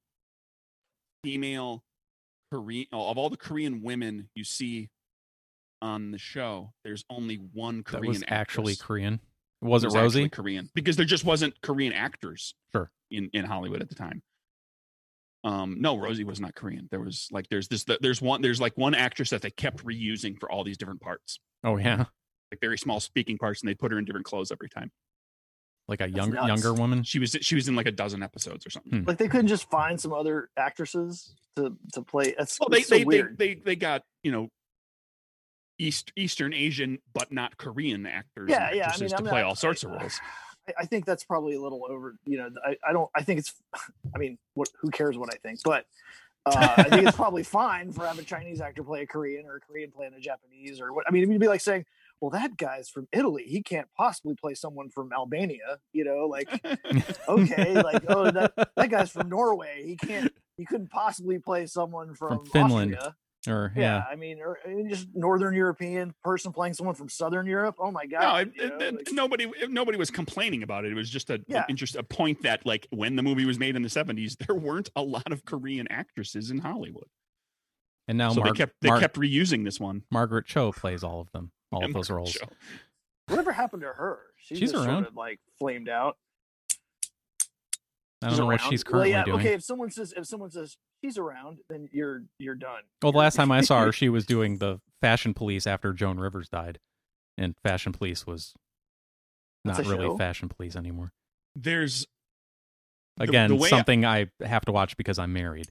S3: female Korean of all the Korean women you see on the show, there's only one
S2: That
S3: Korean
S2: was actually
S3: actress.
S2: Korean. Was it
S3: actually
S2: Rosie?
S3: Korean because there just wasn't Korean actors
S2: Sure.
S3: in in Hollywood at the time. Um, no, Rosie was not Korean. There was like there's this there's one there's like one actress that they kept reusing for all these different parts,
S2: Oh yeah,
S3: like very small speaking parts, and they put her in different clothes every time.
S2: like a younger
S1: nuts.
S2: younger woman.
S3: She was she was in like a dozen episodes or something.
S2: Hmm.
S1: Like they couldn't just find some other actresses to to play. That's,
S3: Well, they
S1: that's so
S3: they, they
S1: weird.
S3: they they got you know East Eastern Asian but not Korean actors
S1: yeah,
S3: and
S1: yeah. I
S3: actresses
S1: mean, I'm
S3: to play
S1: not-
S3: all sorts of
S1: I-
S3: roles.
S1: I, I think that's probably a little over. You know, I, I don't. I think it's. I mean, what? Who cares what I think? But uh, I think it's probably fine for have a Chinese actor play a Korean or a Korean playing a Japanese or what. I mean, it'd be like saying, "Well, that guy's from Italy. He can't possibly play someone from Albania." You know, like okay, like oh, that that guy's from Norway. He can't. He couldn't possibly play someone from,
S2: Finland.
S1: Austria.
S2: or
S1: Yeah,
S2: yeah,
S1: I mean, or I mean, just Northern European person playing someone from Southern Europe. Oh my
S3: No,
S1: god!
S3: it,
S1: you
S3: it-
S1: know,
S3: it-
S1: like-
S3: nobody nobody was complaining about it. It was just a
S1: Yeah.
S3: interest a point that like when the movie was made in the seventies, there weren't a lot of Korean actresses in Hollywood,
S2: and now
S3: so
S2: Mar-
S3: they kept they
S2: Mar-
S3: kept reusing this one.
S2: Margaret Cho plays all of them, all of
S3: And
S2: those roles.
S3: Show.
S1: Whatever happened to her? She
S2: She's
S1: just
S2: around.
S1: Sort of, like flamed out.
S2: I don't
S1: She's
S2: know what
S1: around.
S2: she's
S1: Well,
S2: currently
S1: yeah,
S2: doing.
S1: Okay, if someone says if someone says she's around, then you're you're done.
S2: Well, the last time I saw her, she was doing the Fashion Police after Joan Rivers died, and Fashion Police was
S1: That's
S2: not
S1: a
S2: really
S1: show?
S2: Fashion Police anymore.
S3: There's the
S2: Again,
S3: way I-
S2: something I... have to watch because I'm married.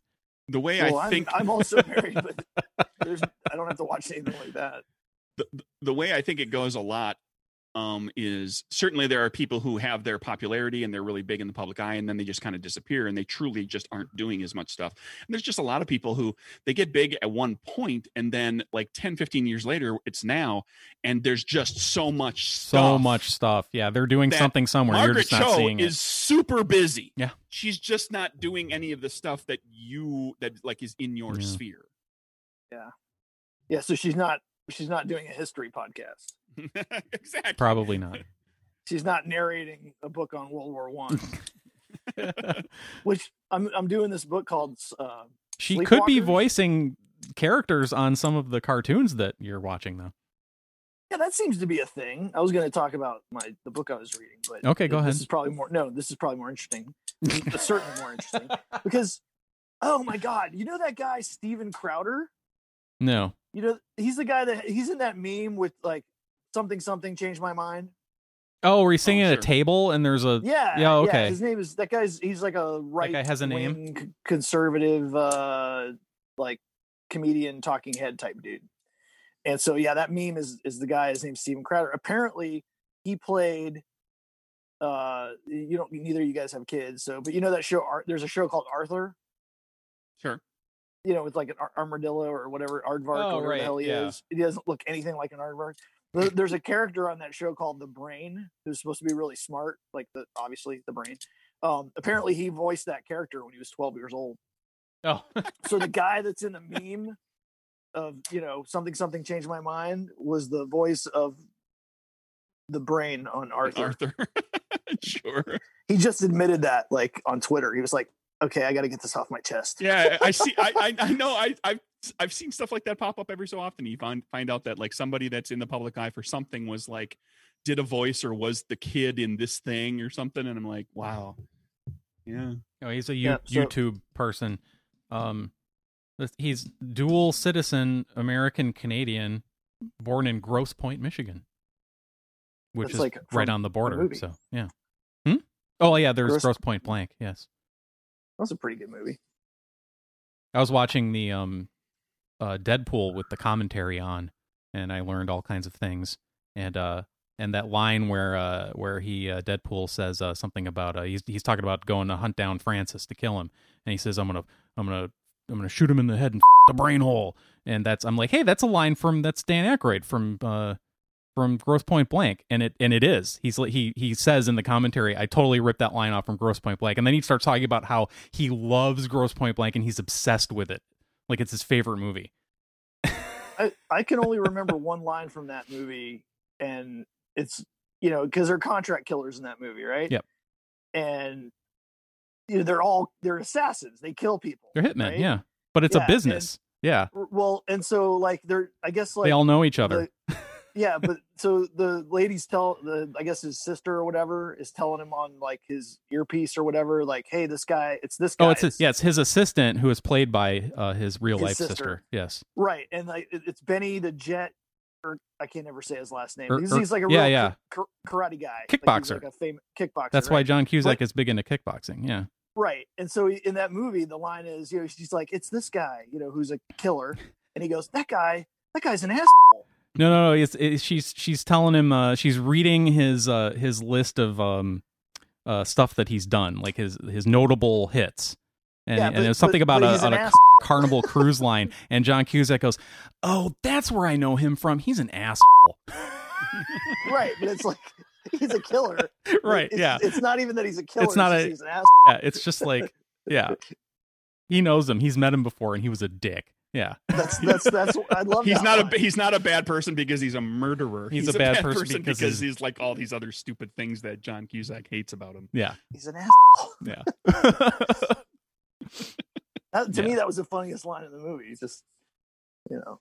S3: the way
S1: Well,
S3: I
S1: I'm,
S3: think
S1: I'm also married, but there's I don't have to watch anything like that.
S3: the, the way I think it goes a lot um, is certainly there are people who have their popularity and they're really big in the public eye and then they just kind of disappear and they truly just aren't doing as much stuff. And there's just a lot of people who they get big at one point and then like 10, 15 years later, it's now and there's just so much
S2: So
S3: stuff.
S2: much stuff. Yeah, they're doing
S3: That
S2: something somewhere. You're
S3: Margaret
S2: just not
S3: Cho
S2: seeing
S3: is super busy.
S2: Yeah.
S3: She's just not doing any of the stuff that you that like is in your
S2: Yeah.
S3: sphere.
S1: Yeah, so she's not she's not doing a history podcast.
S3: exactly.
S2: it. Probably not.
S1: She's not narrating a book on World War One, which I'm I'm doing this book called uh,
S2: she could be
S1: Sleepwalkers?
S2: voicing characters on some of the cartoons that you're watching, though.
S1: Yeah, that seems to be a thing. I was going to talk about my the book I was reading, but
S2: Okay, go ahead.
S1: This is probably more no. This is probably more interesting. This is certainly more interesting because oh my god, you know that guy Steven Crowder?
S2: No.
S1: You know he's the guy that he's in that meme with like something something changed my mind.
S2: Oh, we're singing at
S3: sure.
S2: a table, and there's a
S1: Yeah,
S2: Yeah, okay.
S1: his name is that guy's. He's like a right.
S2: guy has a name?
S1: wing conservative, uh, like comedian, talking head type dude. And so yeah, that meme is is the guy. His name's Steven Crowder. Apparently, he played. Uh, you don't. Neither of you guys have kids, so but you know that show. Ar- There's a show called Arthur.
S3: Sure.
S1: You know, with like an ar- armadillo or whatever aardvark
S4: Oh,
S1: or whatever
S4: right,
S1: the hell he
S4: yeah.
S1: is. He doesn't look anything like an aardvark. There- There's a character on that show called the Brain who's supposed to be really smart, like the obviously the brain. Um, apparently, he voiced that character when he was 12 years old
S4: Oh,
S1: so the guy that's in the meme of you know something something changed my mind was the voice of the brain on Arthur.
S4: Uh-huh.
S3: Arthur. sure.
S1: He just admitted that like on Twitter. He was like, "Okay, I got to get this off my chest."
S3: Yeah, I I see. I, I I know. I I've I've seen stuff like that pop up every so often. You find find out that like somebody that's in the public eye for something was like did a voice or was the kid in this thing or something, and I'm like, wow, yeah,
S2: No, Oh, he's a you
S1: Yeah, so-
S2: YouTube person. Um, this- he's dual citizen American Canadian, born in Grosse Pointe, Michigan, which
S1: That's
S2: is
S1: like
S2: right
S1: from
S2: on the border.
S1: movie.
S2: So yeah. Hmm? Oh yeah, there's Grosse,
S1: Grosse-
S2: Point Blank. Yes,
S1: That's a pretty good movie.
S2: I was watching the um, uh, Deadpool with the commentary on, and I learned all kinds of things. And uh, and that line where uh, where he uh, Deadpool says uh, something about uh, he's he's talking about going to hunt down Francis to kill him, and he says I'm gonna I'm gonna I'm gonna shoot him in the head and the brain hole. And that's I'm like, hey, that's a line from that's Dan Aykroyd from uh from Gross Point Blank, and it and it is. He's li- he he says in the commentary, I totally ripped that line off from Gross Point Blank, and then he starts talking about how he loves Gross Point Blank and he's obsessed with it, like it's his favorite movie.
S1: I, I can only remember one line from that movie, and it's you know because they're contract killers in that movie, right?
S2: Yep.
S1: And you know, they're all they're assassins. They kill people.
S2: They're hitmen,
S1: right?
S2: yeah, but it's
S1: Yeah,
S2: a
S1: and-
S2: business. yeah,
S1: R- Well, and so like they're I guess like
S2: they all know each other.
S1: the- yeah, but so the ladies tell the I guess his sister or whatever is telling him on like his earpiece or whatever, like, hey, this guy, it's this guy.
S2: Oh, it's his, yeah, it's his assistant who is played by uh, his real
S1: His
S2: life sister.
S1: sister.
S2: Yes,
S1: right, and like it- it's Benny the Jet, or I can't ever say his last name.
S2: Er-
S1: he's,
S2: er-
S1: he's like a
S2: yeah,
S1: real
S2: yeah.
S1: ki- kar- karate guy, Like, he's
S2: Kickboxer.
S1: like a famous kickboxer.
S2: that's why
S1: right?
S2: John Cusack
S1: But-
S2: is big into kickboxing. Yeah,
S1: Right. And so in that movie, the line is, you know, she's like, it's this guy, you know, who's a killer, and he goes, that guy, that guy's an asshole.
S2: no, no, no. It's, it's she's she's telling him uh, she's reading his uh, his list of um, uh, stuff that he's done, like his his notable hits, and
S1: yeah,
S2: and
S1: but-
S2: there's something
S1: but-
S2: about
S1: but
S2: a-
S1: he's
S2: a,
S1: an
S2: car-
S1: asshole.
S2: Carnival Cruise Line, and John Cusack goes, "Oh, that's where I know him from. He's an asshole."
S1: right, but it's like he's a killer.
S2: right?
S1: It's-
S2: yeah,
S1: It's not even that he's a killer. just
S2: not a-
S1: he's an asshole.
S2: yeah. It's just like, yeah, he knows him. He's met him before, and he was a dick. Yeah,
S1: That's that's that's. I love.
S3: he's
S1: that
S3: not
S1: line.
S3: a he's not a bad person because he's a murderer.
S2: He's a bad person because
S3: because,
S2: he's-
S3: he's... like all these other stupid things that John Cusack hates about him.
S2: yeah,
S1: He's an asshole.
S2: yeah.
S1: That, to
S2: Yeah.
S1: me, that was the funniest line in the movie. It's just, you know,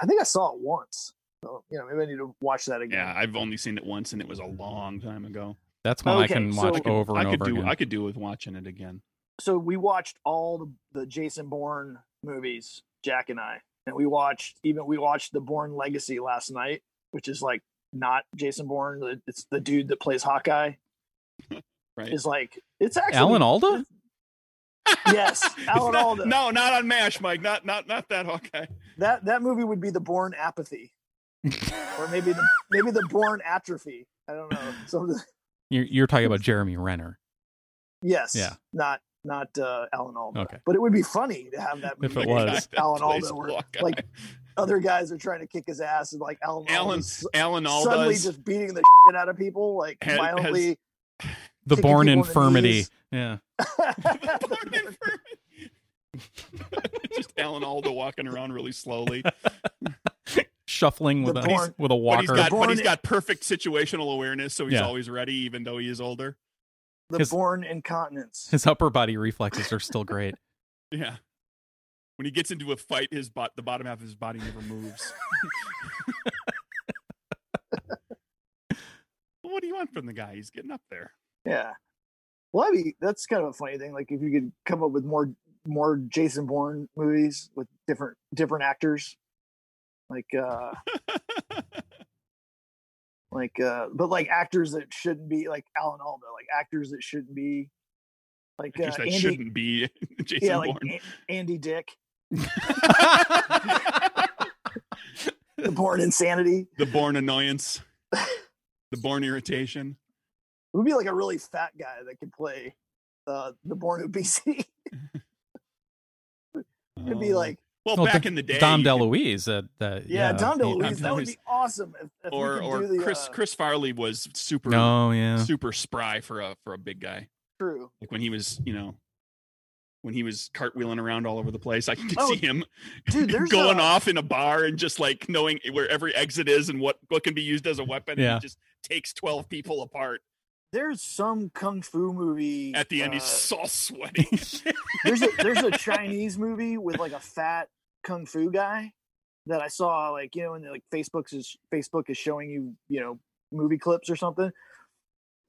S1: I think I saw it once. So you know, maybe I need to watch that again.
S3: Yeah, I've only seen it once, and it was a long time ago.
S2: that's one I
S1: Okay,
S2: can
S1: so-
S2: watch
S1: I
S3: I could,
S2: over
S3: I
S2: and
S3: could
S2: over
S3: do
S2: again.
S3: I could do with watching it again.
S1: So we watched all the, the Jason Bourne movies, Jack and I, and we watched even we watched the Bourne Legacy last night, which is like not Jason Bourne. It's the dude that plays Hawkeye.
S3: Right.
S1: Is like it's actually
S2: Alan Alda?
S1: Yes,
S3: It's
S1: Alan
S3: not-
S1: Alda.
S3: No, not on Mash, Mike. Not not not that Hawkeye.
S1: That that movie would be the Born Apathy, or maybe the maybe the Born Atrophy. I don't know. So
S2: You're, you're talking about Jeremy Renner.
S1: yes,
S2: Yeah.
S1: not not uh, Alan Alda,
S2: Okay.
S1: but it would be funny to have that
S2: If
S1: movie
S2: it
S1: with
S2: was.
S1: Alan
S3: That plays
S1: Alda, where
S3: Hawkeye.
S1: like other guys are trying to kick his ass and like Alan
S3: Alan
S1: Alda's
S3: Alan
S1: suddenly
S3: Alda's
S1: just beating the shit out of people, like
S3: Has-
S1: violently.
S2: The
S1: Taking
S2: Born
S1: people on the
S2: Infirmity.
S1: knees.
S2: Yeah.
S3: just Alan Alda walking around really slowly,
S2: Shuffling with
S1: The
S2: a
S1: Bourne-
S2: with a
S3: but he's
S2: walker.
S3: got
S1: Born-
S3: but he's got perfect situational awareness, so he's
S2: Yeah.
S3: always ready, even though he is older.
S1: the
S2: His-
S1: Born Incontinence.
S2: His upper body reflexes are still great.
S3: Yeah. When he gets into a fight, his bot the bottom half of his body never moves. well, what do you want from the guy? He's getting up there.
S1: Yeah. Well, I mean, that's kind of a funny thing. Like, if you could come up with more more Jason Bourne movies with different different actors, like uh like uh, but like actors that shouldn't be like Alan Alda, like actors that shouldn't be like uh,
S3: Just that
S1: Andy,
S3: shouldn't be Jason
S1: yeah, like
S3: Bourne.
S1: An- Andy Dick. born insanity.
S3: the born annoyance, the born irritation.
S1: It would be like a really fat guy that could play uh, the born obesity. It'd be
S3: Um,
S1: like,
S3: well,
S2: Well,
S3: back
S2: D-
S3: in the day,
S2: Uh, Dom
S3: you could-
S2: DeLuise. Uh, the,
S1: yeah, Don
S2: he-
S1: DeLuise. That would
S3: DeLuise.
S1: be awesome. If, if we
S3: or
S1: could
S3: or
S1: do the,
S3: Chris
S1: uh,
S3: Chris Farley was super
S2: No, yeah.
S3: super spry for a for a big guy.
S1: True.
S3: Like when he was, you know, when he was cartwheeling around all over the place, I could
S1: Oh,
S3: see him
S1: dude, there's
S3: going
S1: a-
S3: off in a bar and just like knowing where every exit is and what what can be used as a weapon.
S2: Yeah.
S3: And he just takes twelve people apart.
S1: There's some kung fu movie
S3: At the end,
S1: uh,
S3: he's all sweaty.
S1: there's a there's a Chinese movie with like a fat kung fu guy that I saw like you know and like Facebook's is Facebook is showing you you know movie clips or something.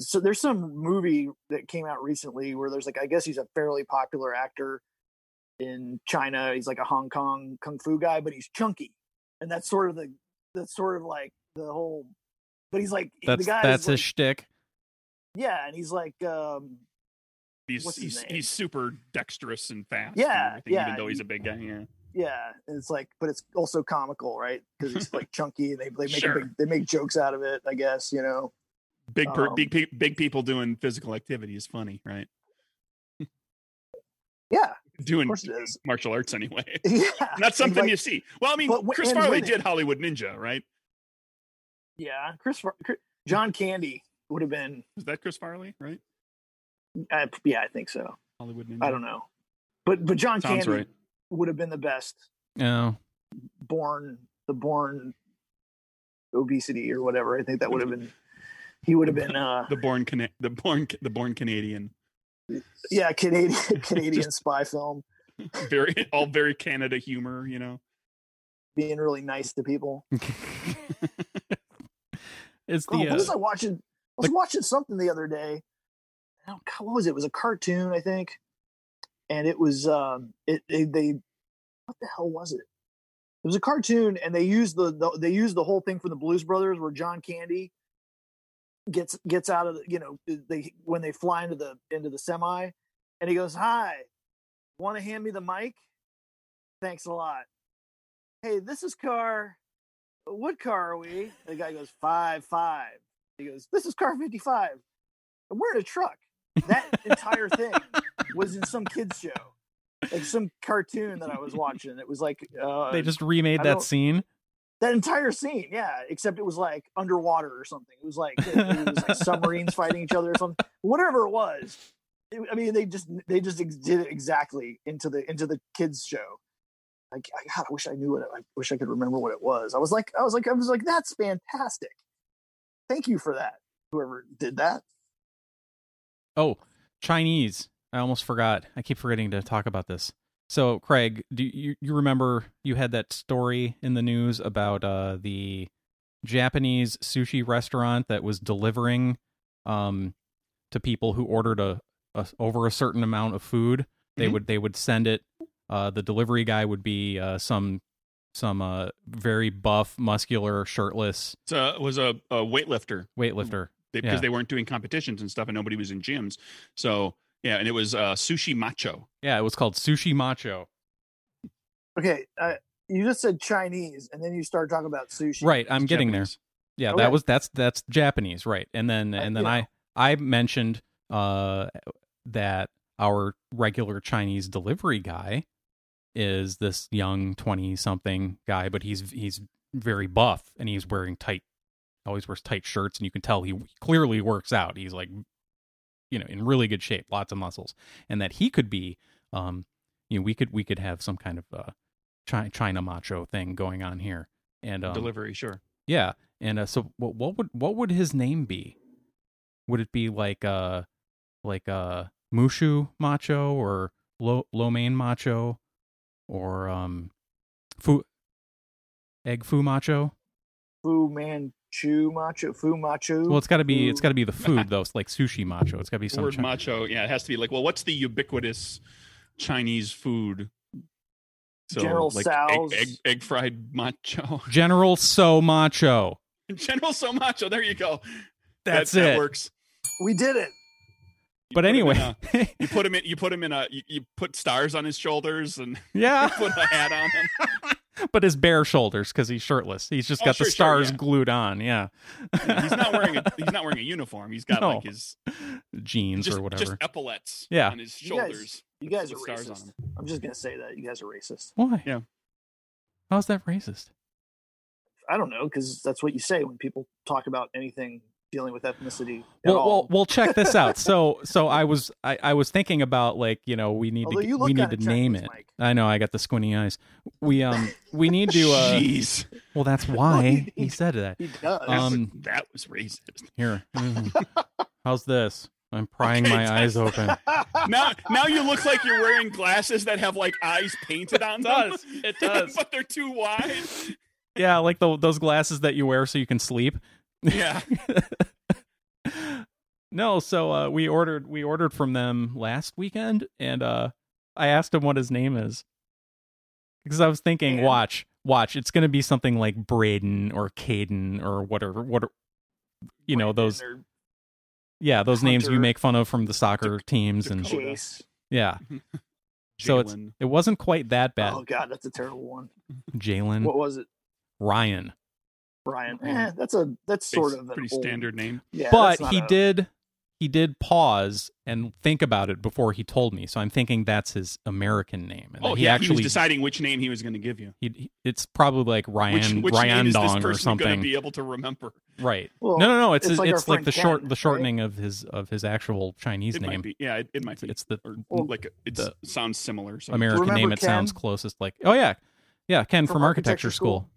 S1: So there's some movie that came out recently where there's like I guess he's a fairly popular actor in China. He's like a Hong Kong kung fu guy, but he's chunky, and that's sort of the that's sort of like the whole. But he's like
S2: That's
S1: the guy.
S2: that's
S1: is like,
S2: his shtick.
S1: yeah, and he's like um
S3: he's
S1: What's his
S3: he's,
S1: name?
S3: he's super dexterous and fast. and
S1: Yeah,
S3: everything,
S1: yeah,
S3: Even though he's
S1: he-
S3: a big guy, yeah.
S1: Yeah, and it's like, but it's also comical, right? Because it's like chunky, and they they make a
S3: Sure.
S1: big, they make jokes out of it. I guess you know.
S3: Big per,
S1: Um,
S3: big pe- big people doing physical activity is funny, right?
S1: Yeah, of
S3: Doing
S1: course it is.
S3: martial arts anyway.
S1: Yeah,
S3: Not something
S1: like-
S3: you see. Well, I mean,
S1: but w-
S3: Chris
S1: and
S3: Farley
S1: women.
S3: did Hollywood Ninja, right?
S1: yeah. Chris, Far- Chris John Candy would have been.
S3: Is that Chris Farley, right?
S1: I, yeah, I think so.
S3: Hollywood Ninja.
S1: I don't know, but but John
S3: Sounds
S1: Candy
S3: right.
S1: would have been the best
S2: No,
S1: born the born obesity or whatever. I think that would have been. He would have been. uh
S3: The born Cana- the born the born Canadian.
S1: Yeah, Canadian Canadian spy film,
S3: Very all very Canada humor, you know.
S1: being really nice to people.
S2: it's
S1: Oh,
S2: the
S1: what was
S2: uh,
S1: I watching? I was
S2: like-
S1: watching something the other day. I don't, God, what was it? It was a cartoon, I think. And it was um, it, it they what the hell was it? It was a cartoon, and they used the, the they used the whole thing from the Blues Brothers, where John Candy gets gets out of the, you know they when they fly into the into the semi, and he goes, "Hi, want to hand me the mic? Thanks a lot. Hey, this is car. What car are we? The guy goes five five. He goes, this is car fifty five, and we're in a truck. That entire thing was in some kids show, like some cartoon that I was watching. It was like uh,
S2: they just remade
S1: I
S2: that
S1: don't-
S2: scene.
S1: that entire scene, yeah. Except it was like underwater or something. It was like it, it was like submarines fighting each other or something. Whatever it was, it, I mean, they just they just ex- did it exactly into the into the kids show. Like, I, God, I wish I knew what it, I wish I could remember what it was. I was like, I was like, I was like, that's fantastic. Thank you for that. Whoever did that.
S2: Oh, Chinese. I almost forgot. I keep forgetting to talk about this. So, Craig, do you you remember you had that story in the news about uh the Japanese sushi restaurant that was delivering um to people who ordered a, a over a certain amount of food. They
S3: Mhm.
S2: would they would send it uh the delivery guy would be uh some some uh very buff, muscular, shirtless
S3: So it was a, a weightlifter
S2: weightlifter.
S3: they, because
S2: Yeah.
S3: they weren't doing competitions and stuff, and nobody was in gyms. So yeah, and it was uh, sushi macho.
S2: Yeah, it was called Sushi Macho.
S1: Okay, uh, you just said Chinese, and then you start talking about sushi.
S2: Right, I'm
S3: It's
S2: getting there.
S3: Japanese.
S2: yeah
S1: Okay.
S2: that was that's that's japanese right and then
S1: Uh,
S2: and then
S1: yeah.
S2: i i mentioned uh that our regular chinese delivery guy is this young 20 something guy but he's he's very buff and he's wearing tight always wears tight shirts and you can tell he clearly works out he's like you know in really good shape lots of muscles and that he could be um you know we could we could have some kind of uh china, china macho thing going on here and um,
S3: Delivery, sure.
S2: yeah, and uh, so what, what would what would his name be? Would it be like uh like uh Mushu Macho or Lo Lomain Macho or um Fu Egg Fu Macho?
S1: Fu Manchu macho. Fu macho.
S2: Well, it's got to be it's
S1: Fu-
S2: got to be the food though, it's like sushi macho. It's got to be
S3: The
S2: some
S3: word
S2: chi-
S3: macho, yeah, it has to be like, well, what's the ubiquitous Chinese food? So
S1: General
S3: like
S1: Tso's.
S3: egg, egg, egg fried macho.
S2: General So Macho.
S3: General so macho. There you go.
S2: That's
S3: that, That
S2: it.
S3: works.
S1: we did it.
S3: You
S2: but
S3: put him in
S2: anyway,
S3: a- you put him in. You put him in a. You, you put stars on his shoulders and
S2: yeah.
S3: put a hat on him.
S2: but his bare shoulders because he's shirtless. He's just
S3: Oh,
S2: got
S3: sure,
S2: the
S3: sure,
S2: stars
S3: yeah.
S2: glued on. Yeah,
S3: he's not wearing a he's not wearing a uniform. He's got like
S2: No.
S3: his
S2: jeans
S3: just,
S2: or whatever.
S3: just epaulets
S2: Yeah.
S3: on his
S1: You guys-
S3: shoulders.
S1: You guys are
S3: With stars on
S1: racist. I'm just gonna say that you guys are racist.
S2: Why?
S3: Yeah.
S2: How's that racist?
S1: I don't know because that's what you say when people talk about anything dealing with ethnicity. at
S2: Well,
S1: all.
S2: well, well, check this out. So, so I was, I, I was thinking about like, you know, we need
S1: Although
S2: to,
S1: you look
S2: we need to
S1: kinda
S2: name it.
S1: Chinese, Mike.
S2: I know I got the squinty eyes. We, um, we need to. uh
S3: Jeez,
S2: Well, that's
S1: he-
S2: why he
S1: he-
S2: said that.
S1: He does.
S3: That was-
S2: um,
S3: that was racist.
S2: Here, mm. how's this? I'm prying
S3: Okay,
S2: my eyes open.
S3: Now, now you look like you're wearing glasses that have like eyes painted on them.
S2: It
S3: but they're too wide.
S2: yeah, like tho- those glasses that you wear so you can sleep.
S3: Yeah.
S2: no, so uh, we ordered we ordered from them last weekend, and uh, I asked him what his name is because I was thinking,
S1: And-
S2: watch, watch, it's gonna be something like Braden or Caden or whatever, what, you know, those
S1: Brandon
S2: yeah, those names you
S1: Hunter.
S2: make fun of from the soccer teams,
S1: or
S2: and
S3: Dakota.
S1: Chase.
S2: yeah, So it's-
S3: Jalen.
S2: it wasn't quite that bad.
S1: Oh god, that's a terrible one.
S2: Jalen
S1: What was it,
S2: Ryan.
S1: Brian? Eh, that's a that's sort of an
S3: pretty
S1: old-
S3: standard name.
S2: Uh,
S1: Yeah, that's
S2: but
S1: not
S2: he
S1: a-
S2: did he did pause and think about it before he told me so i'm thinking that's his american name and
S3: Oh,
S2: that he
S3: yeah, he
S2: actually
S3: was deciding which name he was going to give you.
S2: he- he- it's probably like
S3: Which,
S2: ryan
S3: which name
S2: ryan
S3: is this
S2: dong or
S3: person going to
S2: something
S3: be able to remember?
S2: right
S1: Well,
S2: no no no it's
S1: it's
S2: it's
S1: like
S2: like,
S1: our
S2: the
S1: friend
S2: short
S1: Ken,
S2: the
S1: right?
S2: shortening of his of his actual chinese
S3: it
S2: name
S3: might be. Yeah, it, it might
S2: it's,
S3: be.
S2: it's the
S3: or
S1: Well,
S3: like it
S2: the-
S3: sounds similar. So
S2: american
S1: Remember
S2: name it
S1: Ken?
S2: sounds closest like oh yeah yeah ken from, architecture, school.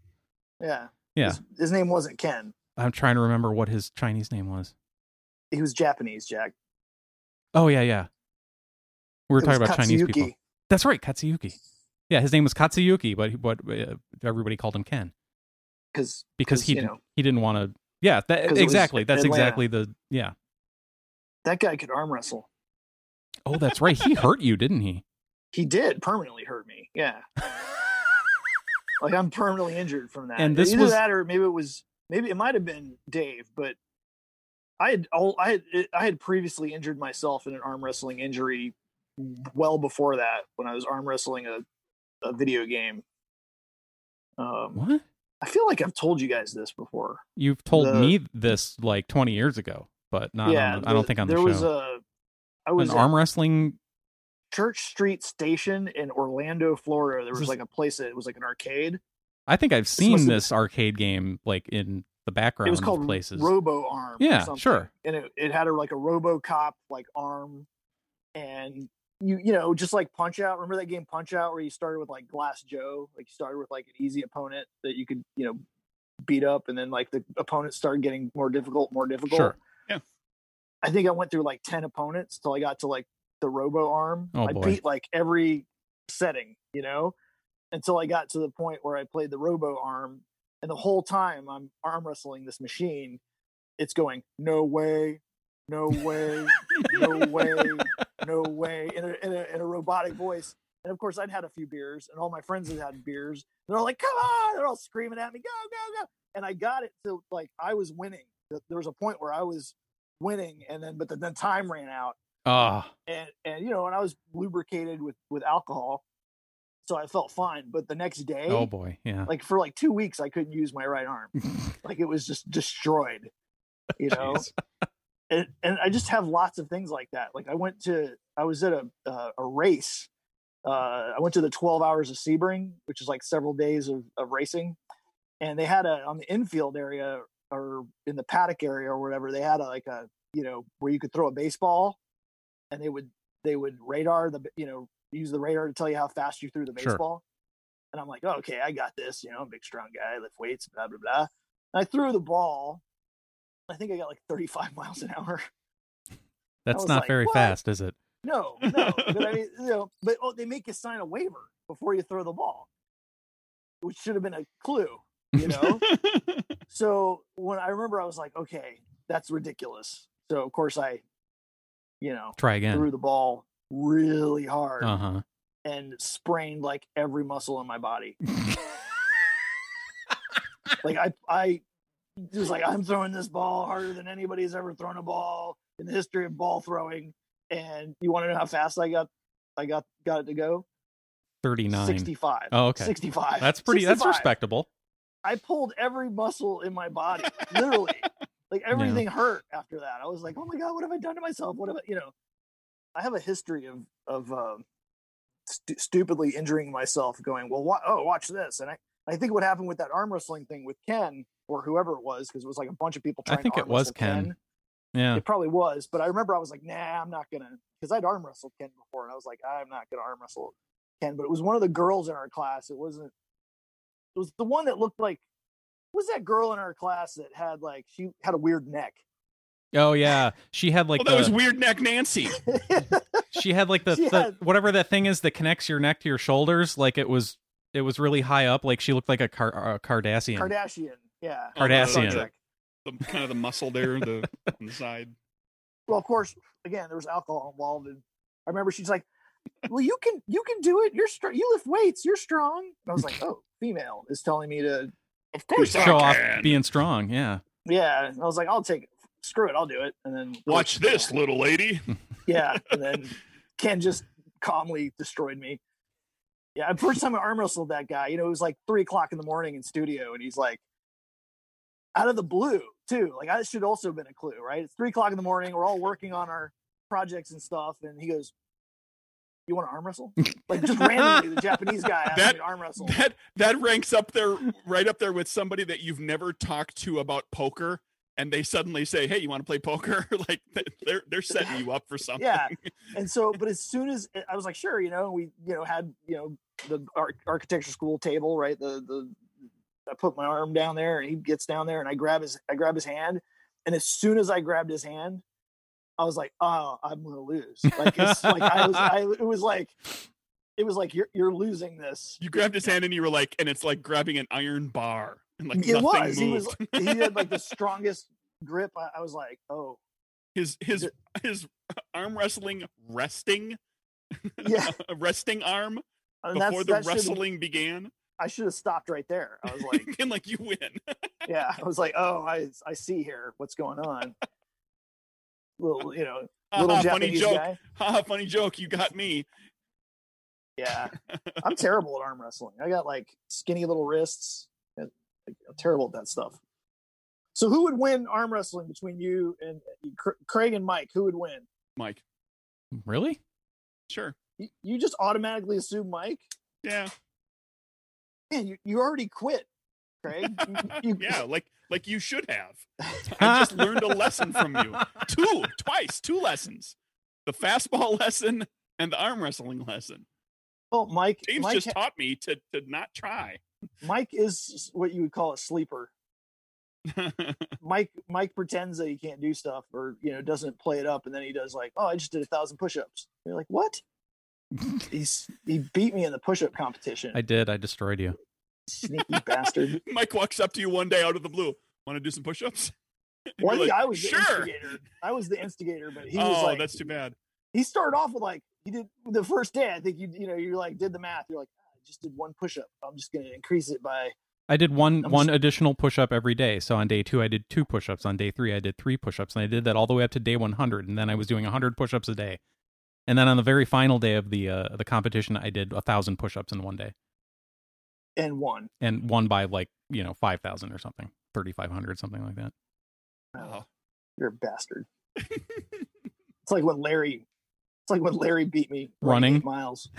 S1: Yeah.
S2: Yeah.
S1: His, his name wasn't Ken.
S2: i'm trying to remember what his chinese name was
S1: He was Japanese, Jack.
S2: oh yeah yeah we were
S1: It
S2: talking
S1: was
S2: about chinese
S1: Katsuyuki.
S2: people That's right, Katsuyuki. Yeah, his name was Katsuyuki, but he- but uh, everybody called him Ken
S1: because
S2: because he
S1: you
S2: d-
S1: know,
S2: he didn't want to. Yeah, that,
S1: 'Cause it was
S2: exactly. That's
S1: Atlanta.
S2: exactly the yeah.
S1: that guy could arm wrestle.
S2: Oh, that's right. He hurt you, didn't he?
S1: He did permanently hurt me. Yeah, like I'm permanently injured from that.
S2: And this
S1: either
S2: was-
S1: that or maybe it was maybe it might have been Dave, but I had all I had I had previously injured myself in an arm wrestling injury well before that when I was arm wrestling a a video game. Um,
S2: What?
S1: I feel like I've told you guys this before.
S2: You've told
S1: The-
S2: me this like 20 years ago, but not. on the, I don't
S1: the-
S2: think on the
S1: there
S2: show.
S1: was a I was
S2: An
S1: at-
S2: arm wrestling.
S1: Church Street Station in Orlando, Florida. There
S2: This-
S1: was like a place that it was like an arcade.
S2: I think I've seen
S1: must
S2: this,
S1: have-
S2: arcade game like in the background.
S1: It was
S2: of
S1: called
S2: places.
S1: Robo Arm. or
S2: Yeah,
S1: something.
S2: sure.
S1: And it, it had a, like a RoboCop like arm, and you you know just like Punch Out. Remember that game Punch Out where you started with like Glass Joe, like you started with like an easy opponent that you could you know beat up, and then like the opponents started getting more difficult, more difficult.
S2: Sure.
S1: I think I went through like 10 opponents till I got to like the robo arm.
S2: Oh,
S1: I
S2: boy.
S1: beat like every setting, you know, until I got to the point where I played the robo arm. And the whole time I'm arm wrestling this machine, it's going, no way, no way, no way, no way, in a, in a, in a robotic voice. And of course, I'd had a few beers, and all my friends had had beers. They're all like, come on. They're all screaming at me, go, go, go. And I got it to like, I was winning. Th- There was a point where I was winning and then but then, then time ran out
S2: Ah,
S1: and and you know and i was lubricated with with alcohol so i felt fine but the next day
S2: oh boy, yeah.
S1: like for like two weeks i couldn't use my right arm like it was just destroyed you know
S3: Jeez.
S1: and, and i just have lots of things like that like i went to i was at a uh, a race uh, I went to the 12 hours of Sebring, which is like several days of, of racing. And they had a, on the infield area or in the paddock area or whatever, they had a, like a, you know, where you could throw a baseball and they would, they would radar the, you know, use the radar to tell you how fast you threw the
S2: Sure.
S1: baseball. And I'm like, oh, okay, I got this, you know, I'm a big, strong guy, lift weights, blah, blah, blah. And I threw the ball. I think I got like 35 miles an hour.
S2: That's
S1: was
S2: not
S1: like,
S2: very
S1: "What?"
S2: fast, is it?
S1: No, no. but I mean, you know, but oh, they make you sign a waiver before you throw the ball, which should have been a clue, you know. so when I remember, I was like, okay, that's ridiculous. So of course I, you know,
S2: Try
S1: threw
S2: again.
S1: the ball really hard
S2: Uh huh.
S1: and sprained like every muscle in my body. like I, I just like I'm throwing this ball harder than anybody's ever thrown a ball in the history of ball throwing. And you want to know how fast I got, I got got it to go.
S2: 39.
S1: 65.
S2: Oh, okay.
S1: 65.
S2: That's pretty. That's
S1: 65.
S2: respectable.
S1: I pulled every muscle in my body, literally. like everything hurt after that. I was like, oh my god, what have I done to myself? What have I, you know? I have a history of of um, stu- stupidly injuring myself, going, well, wa- oh, watch this, and I I think what happened with that arm wrestling thing with Ken or whoever it was, because it was like a bunch of people.
S2: I
S1: Trying
S2: think
S1: to
S2: it
S1: arm
S2: was
S1: wrestle
S2: Ken.
S1: Ken.
S2: Yeah.
S1: It probably was, but I remember I was like, nah, I'm not gonna, because I'd arm wrestled Ken before, and I was like, I'm not gonna arm wrestle Ken. But it was one of the girls in our class. It wasn't. It was the one that looked like. Was that girl in our class that had like she had a weird neck?
S2: Oh yeah. She had like
S3: well, that was
S2: the,
S3: weird neck Nancy.
S2: she had like the,
S1: She
S2: the
S1: had-
S2: whatever that thing is that connects your neck to your shoulders. Like it was it was really high up. Like she looked like a, Car- a Kardashian.
S1: Kardashian, yeah,
S3: Oh, no,
S1: Star
S2: Kardashian.
S1: Trek.
S3: the, kind of the muscle there, the on the side.
S1: Well, of course, again, there was alcohol involved, and I remember she's like, "Well, you can, you can do it. You're strong. You lift weights. You're strong." And I was like, "Oh, female is telling me to."
S3: Of course, I
S2: Show off
S3: can.
S2: being strong. Yeah.
S1: Yeah, and I was like, "I'll take it. Screw it. I'll do it." And then
S3: Watch this, little lady.
S1: Yeah, and then Ken just calmly destroyed me. Yeah, and first time I arm wrestled that guy, you know, it was like three o'clock in the morning in studio, and he's like, out of the blue too. Like that should also have been a clue, right? It's three o'clock in the morning. We're all working on our projects and stuff, and he goes, "You want to arm wrestle?" Like just randomly, the Japanese guy asked
S3: That-
S1: me to arm wrestle.
S3: That that ranks up there, right up there with somebody that you've never talked to about poker, and they suddenly say, "Hey, you want to play poker?" like th- they're they're setting you up for something.
S1: yeah and so but as soon as i was like sure you know we you know had you know the ar- architecture school table right the the i put my arm down there and he gets down there and i grab his i grab his hand and as soon as i grabbed his hand i was like oh i'm gonna lose like it's like i was i it was like it was like you're you're losing this
S3: You grabbed his hand and you were like, and it's like grabbing an iron bar, and like
S1: it
S3: nothing
S1: was he was
S3: moved.
S1: he had like the strongest grip i, I was like oh
S3: his his his arm wrestling resting
S1: yeah
S3: resting arm
S1: and
S3: before
S1: that's
S3: the
S1: that should,
S3: wrestling began,
S1: i should have stopped right there i was like
S3: and like you win.
S1: yeah, I was like, oh, I I see here what's going on. Little, you know,
S3: Ha
S1: little
S3: ha, Uh-huh, funny
S1: Japanese
S3: joke.
S1: guy.
S3: Ha ha, funny joke. You got me.
S1: Yeah, I'm terrible at arm wrestling. I got like skinny little wrists. And, like, I'm terrible at that stuff. So who would win arm wrestling between you and Cra- Craig and Mike? Who would win?
S3: Mike.
S2: Really?
S3: Sure.
S1: You, you just automatically assume Mike.
S3: Yeah.
S1: Man, you, you already quit, Craig. You, you-
S3: Yeah. Like like you should have. I just learned a lesson from you. Two, twice, two lessons. The fastball lesson and the arm wrestling lesson.
S1: Well, Oh, Mike.
S3: James
S1: Mike,
S3: just taught me to to not try.
S1: Mike is what you would call a sleeper. Mike Mike pretends that he can't do stuff or you know doesn't play it up, and then he does like, oh, I just did a thousand push-ups. And you're like, what? He's he beat me in the push-up competition.
S2: I did. I destroyed you.
S1: Sneaky bastard.
S3: Mike walks up to you one day out of the blue. Want to do some push-ups? And you're
S1: Well, I think
S3: like,
S1: I was the
S3: sure.
S1: instigator. I was the instigator, but he was
S3: Oh,
S1: like,
S3: that's too bad.
S1: he started off with like he did the first day. I think you you know you like did the math. You're like, "Ah, I just did one push-up. I'm just gonna increase it by
S2: I did one
S1: I'm
S2: one additional push up every day. So on day two, I did two push ups. On day three, I did three push ups, and I did that all the way up to day one hundred. And then I was doing hundred push ups a day. And then on the very final day of the uh, the competition, I did a thousand push ups in one day,
S1: and one.
S2: and won by like you know five thousand or something, thirty five hundred something like that.
S1: Oh,
S3: Oh.
S1: you're a bastard. It's like when Larry. It's like when Larry beat me like,
S2: Running?
S1: eight miles.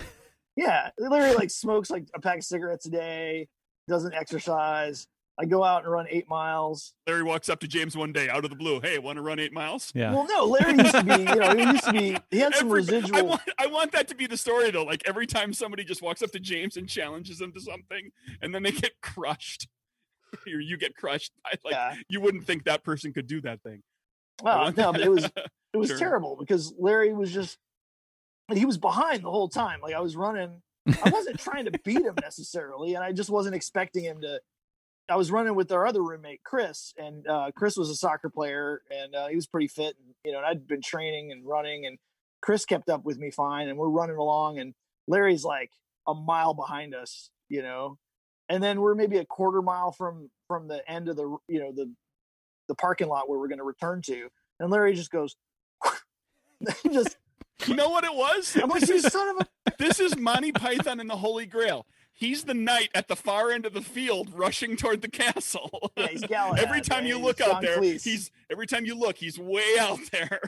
S1: Yeah, Larry like smokes like a pack of cigarettes a day, doesn't exercise. I go out and run eight miles.
S3: Larry walks up to James one day out of the blue. Hey, want to run eight miles?
S2: Yeah,
S1: Well, no, Larry used to be, you know, he used to be. He had some
S3: Every- I
S1: residual.
S3: want, I want that to be the story though. Like every time somebody just walks up to James and challenges him to something, and then they get crushed, or you get crushed. I, like
S1: yeah.
S3: you wouldn't think that person could do that thing. I
S1: Well,
S3: want
S1: no,
S3: that-
S1: but it was it was
S3: Sure.
S1: terrible because Larry was just. He was behind the whole time. Like I was running. I wasn't trying to beat him necessarily, and I just wasn't expecting him to. I was running with our other roommate, Chris, and uh, Chris was a soccer player, and uh, he was pretty fit. And, you know, and I'd been training and running, and Chris kept up with me fine, and we're running along, and Larry's like a mile behind us, you know, and then we're maybe a quarter mile from from the end of the you know the the parking lot where we're going to return to, and Larry just goes, he just
S3: You know what it was?
S1: I'm like, you son of a.
S3: This is Monty Python and the Holy Grail. He's the knight at the far end of the field rushing toward the castle.
S1: Yeah, he's Galahad,
S3: every time
S1: man.
S3: you
S1: He's
S3: look out
S1: John
S3: there,
S1: Cleese.
S3: he's every time you look, he's way out there.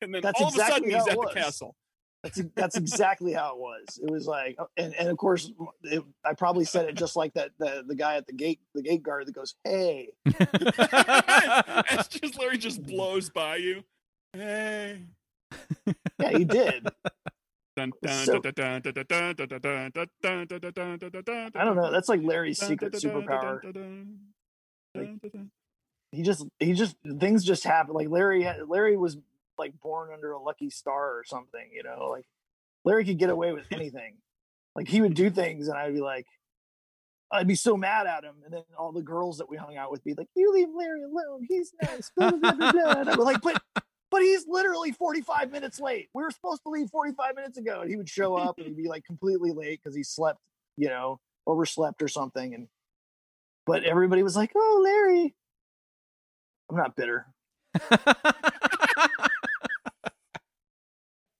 S3: and then
S1: That's
S3: all
S1: exactly
S3: of a sudden he's
S1: how it
S3: at
S1: was.
S3: the castle.
S1: That's e, that's exactly how it was. It was like, oh, and, and of course, it, I probably said it just like that the the guy at the gate the gate guard that goes, "Hey,
S3: it's just Larry just blows by you. Hey.
S1: yeah, he did."
S3: Dun, dun,
S1: So-
S3: dun, dun, dun, dun, dun, dun, dun, dun, dun, dun, dun, dun, dun, dun,
S1: I don't know. That's like Larry's
S3: dun,
S1: secret
S3: dun, dun, dun,
S1: superpower.
S3: dun, dun, dun, dun, dun.
S1: He just he just things just happen. Like Larry had- Larry was like born under a lucky star or something. You know, like Larry could get away with anything. Like he would do things, and I'd be like, I'd be so mad at him, and then all the girls that we hung out with be like, "You leave Larry alone. He's nice." Blah, blah, blah, blah. And I was like, "But, but he's literally forty-five minutes late. We were supposed to leave forty-five minutes ago." And he would show up and he'd be like completely late because he slept, you know, overslept or something. And but everybody was like, "Oh, Larry." I'm not bitter.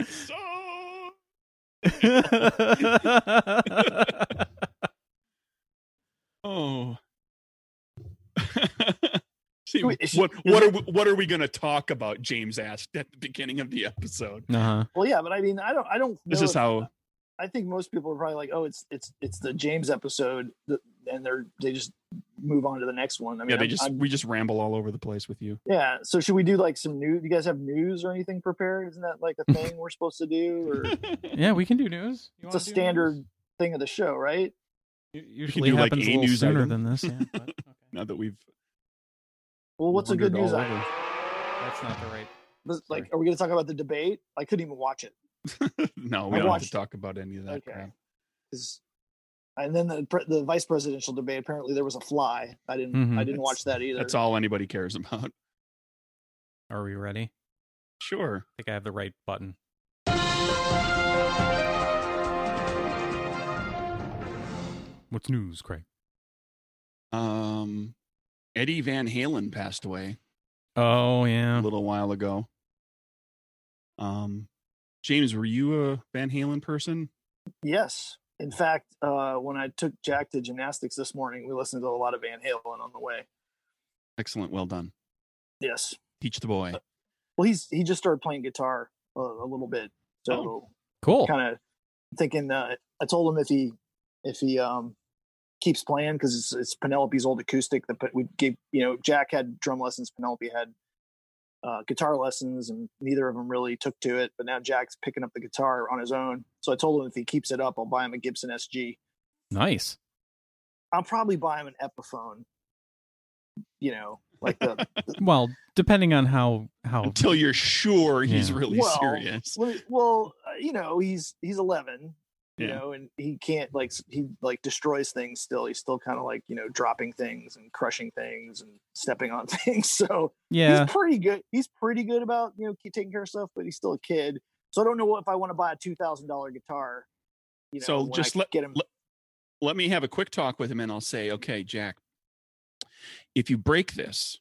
S3: So Oh. See,
S1: Wait, is-
S3: what
S1: is it-
S3: what are we, what are we going to talk about? James asked at the beginning of the episode.
S2: uh-huh.
S1: Well, yeah, but I mean, I don't, I don't.
S3: This
S1: know
S3: is
S1: if-
S3: how
S1: I think most people are probably like, "Oh, it's it's it's the James episode," th- and they're they just move on to the next one. I mean,
S3: yeah they
S1: I'm-
S3: just
S1: I'm-
S3: we just ramble all over the place with you.
S1: yeah. So should we do like some news? Do you guys have news or anything prepared? Isn't that like a thing we're supposed to do, or
S2: Yeah, we can do news. You
S1: it's
S2: wanna
S1: a
S2: do news?
S1: standard thing of the show, right?
S2: U- Usually
S3: do, like,
S2: happens
S3: a
S2: a little
S3: news
S2: sooner
S3: item.
S2: than this. Yeah, but, okay.
S3: Now that we've
S1: Well, what's a good news?
S2: Wandered all
S1: Item?
S2: over. That's not the right.
S1: This- Like,
S2: Sorry.
S1: are we going to talk about the debate? I couldn't even watch it
S3: no,
S1: I
S3: we don't have to
S1: watched-
S3: talk about any of that.
S1: Okay.
S3: crap.
S1: 'cause- and then the pre- the vice presidential debate. Apparently, there was a fly. I didn't
S2: Mhm.
S1: I didn't watch that either.
S3: Mm-hmm. That's all anybody cares about.
S2: Are we ready? I
S3: Sure.
S2: think I have the right button. What's news, Craig?
S3: Um, Eddie Van Halen passed away
S2: Oh
S3: a
S2: yeah.
S3: little while ago. Um, James, were you a Van Halen person?
S1: Yes. In fact, uh, when I took Jack to gymnastics this morning, we listened to a lot of Van Halen on the way.
S3: Excellent. Well done.
S1: Yes.
S3: Teach the boy.
S1: Well, he's he just started playing guitar a, a little bit, so
S2: Cool.
S1: kind of thinking. Uh, I told him if he if he um, keeps playing because it's, it's Penelope's old acoustic that put- we gave. You know, Jack had drum lessons, Penelope had uh, guitar lessons, and neither of them really took to it. But now Jack's picking up the guitar on his own. So I told him if he keeps it up, I'll buy him a Gibson SG.
S2: Nice.
S1: I'll probably buy him an Epiphone. You know, like the
S2: Well, depending on how how
S3: Until you're sure he's
S2: oh. Yeah.
S3: really
S1: Well,
S3: serious.
S1: well, well, uh, you know, he's he's eleven, you
S3: Yeah.
S1: know, and he can't like s- he like destroys things still. He's still kind of like you know dropping things and crushing things and stepping on things. So
S2: yeah.
S1: he's pretty good. He's pretty good about you know keep taking care of stuff, but he's still a kid. So I don't know what if I want to buy a two thousand dollar guitar. You know,
S3: So
S1: when I
S3: just let-
S1: get him.
S3: let- Let me have a quick talk with him and I'll say, okay, Jack, if you break this,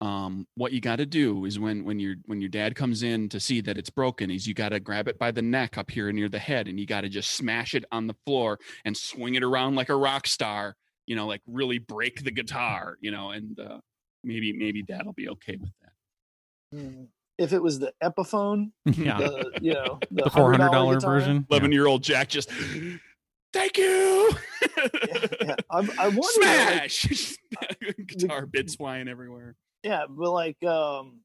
S3: um, what you got to do is when when your when your dad comes in to see that it's broken, is you got to grab it by the neck up here near the head, and you got to just smash it on the floor and swing it around like a rock star. You know, like really break the guitar. You know, and uh, maybe maybe dad'll be okay with that.
S1: Hmm. if it was the Epiphone,
S2: yeah.
S1: the you know the,
S2: The four hundred dollar
S1: guitar, Mm-hmm.
S2: version. Yeah.
S3: Eleven year old Jack just, thank you.
S1: yeah, yeah. I, I wonder. like,
S3: Smash! Guitar bits flying everywhere.
S1: Yeah, but like, um,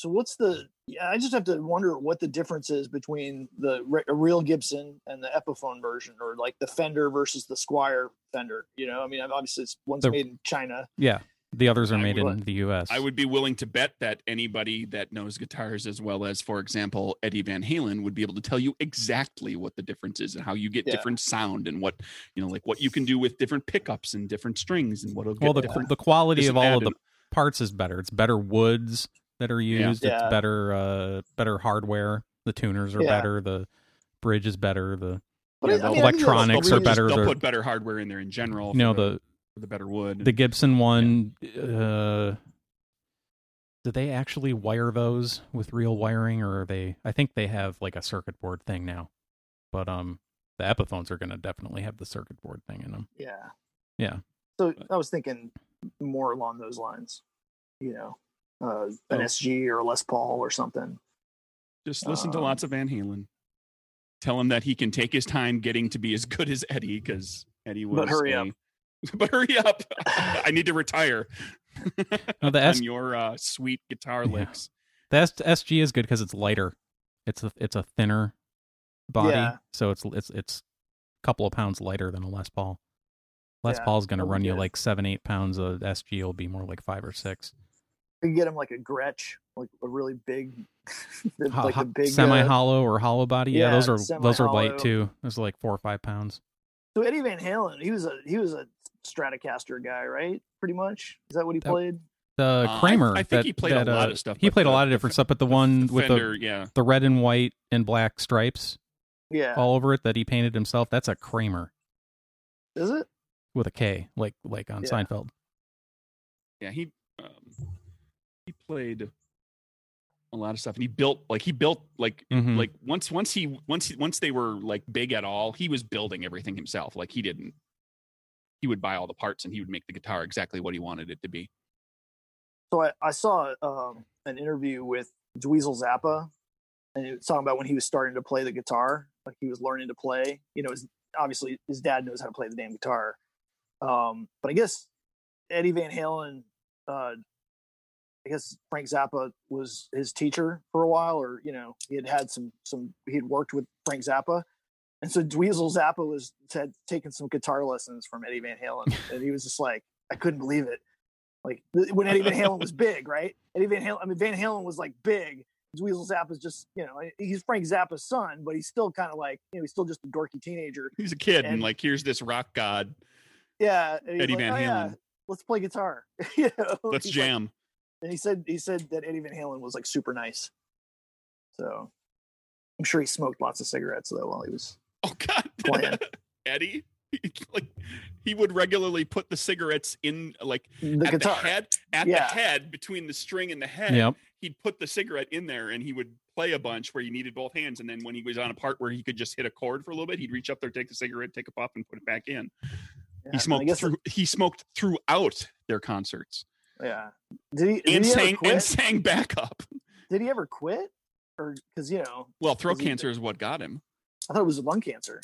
S1: so what's the? Yeah, I just have to wonder what the difference is between the re- a real Gibson and the Epiphone version, or like the Fender versus the Squire Fender. You know, I mean, obviously it's one's
S2: The-
S1: made in China.
S2: Yeah. The others are
S3: I
S2: made
S1: would-
S2: in the U.S.
S3: I would be willing to bet that anybody that knows guitars as well as, for example, Eddie Van Halen would be able to tell you exactly what the difference is and how you get
S1: Yeah.
S3: different sound and what you know, like what you can do with different pickups and different strings and what'll get
S2: Well, the
S3: different.
S2: the quality of
S3: different
S2: all of
S3: added-
S2: the parts is better. It's better woods that are
S3: Yeah.
S2: used. It's
S1: Yeah.
S2: better uh better hardware. The tuners are
S1: Yeah.
S2: better. The bridge is better. The
S1: But
S3: Yeah,
S1: I- I
S3: the
S1: mean, I think
S2: electronics
S1: that's
S2: are
S1: the
S2: better.
S3: They'll
S2: the-
S3: put better hardware in there in general.
S2: you know
S3: for the,
S2: the
S3: for the better wood.
S2: the Gibson one. Uh, do they actually wire those with real wiring or are they I think they have like a circuit board thing now. But um the Epiphones are going to definitely have the circuit board thing in them.
S1: Yeah.
S2: Yeah.
S1: So I was thinking more along those lines, you know, uh, an
S3: Oh.
S1: SG or a Les Paul or something.
S3: Just listen to
S1: Um,
S3: lots of Van Halen. Tell him that he can take his time getting to be as good as Eddie because Eddie was.
S1: But hurry
S3: a- but hurry up! I need to retire
S2: No, the S
S3: on your uh, sweet guitar
S2: Yeah.
S3: licks.
S2: the S- SG is good cuz it's lighter. It's a, it's a thinner body,
S1: Yeah.
S2: so it's it's it's a couple of pounds lighter than a Les Paul. Les
S1: Yeah,
S2: Paul's going to
S1: that'll be
S2: run you
S1: good.
S2: like 7 8 pounds, a SG will be more like 5 or 6.
S1: You can get him like a Gretsch, like a really big, the,
S2: Ho-
S1: like
S2: ho-
S1: the big uh,
S2: semi hollow or hollow body. Yeah,
S1: yeah,
S2: those are those are light
S1: semi-hollow.
S2: too. Those are like four or five pounds.
S1: so Eddie Van Halen, he was a he was a Stratocaster guy, right? Pretty much. Is that what he
S2: That-
S1: played?
S2: The
S3: Uh, I-
S2: Kramer.
S3: I think
S2: that-
S3: he played a
S2: that, uh,
S3: lot of stuff,
S2: He
S3: but
S2: played a
S3: the-
S2: lot of
S3: the
S2: different
S3: Fe-
S2: stuff, but the one with
S3: Fender,
S2: the
S3: yeah.
S2: the red and white and black stripes
S1: Yeah.
S2: all over it that he painted himself. That's a Kramer
S1: Is it?
S2: with a K, like like on
S1: Yeah.
S2: Seinfeld.
S3: yeah he um, he played a lot of stuff and he built like he built like
S2: Mhm.
S3: like once once he once he, once they were like big at all he was building everything himself like he didn't he would buy all the parts and he would make the guitar exactly what he wanted it to be
S1: So I, I saw um, an interview with Dweezil Zappa, and it was talking about when he was starting to play the guitar, like he was learning to play. You know, his, obviously his dad knows how to play the damn guitar, um, but I guess Eddie Van Halen, uh, I guess Frank Zappa was his teacher for a while, or you know, he had had some some he had worked with Frank Zappa. And so Dweezil Zappa was had taken some guitar lessons from Eddie Van Halen, and he was just like, I couldn't believe it. Like th- when Eddie Van Halen was big, right? Eddie Van Halen, I mean Van Halen was like big. Dweezil Zappa's just, you know, he's Frank Zappa's son, but he's still kind of like, you know, he's still just a dorky teenager.
S3: he's a kid and,
S1: And-
S3: like here's this rock god
S1: Yeah, and he's
S3: Eddie
S1: like,
S3: Van
S1: "Oh, yeah,
S3: Halen.
S1: let's play guitar. you know,
S3: let's
S1: he's like-
S3: jam
S1: and he said he said that Eddie Van Halen was like super nice. So I'm sure he smoked lots of cigarettes though while he was
S3: oh god
S1: playing.
S3: eddie like he would regularly put the cigarettes in like
S1: the
S3: at
S1: guitar.
S3: the head at
S1: Yeah.
S3: the head between the string and the head
S2: Yep.
S3: he'd put the cigarette in there and he would play a bunch where you needed both hands. And then when he was on a part where he could just hit a chord for a little bit, he'd reach up there, take the cigarette, take a puff, and put it back in.
S1: Yeah, and I
S3: He smoked
S1: guess-
S3: through. He smoked throughout their concerts
S1: Yeah. Did he, did
S3: and
S1: he ever
S3: sang
S1: quit?
S3: and sang back up.
S1: Did he ever quit? Or because you know,
S3: Well, throat
S1: Was he-
S3: cancer is what got him.
S1: I thought it was lung cancer.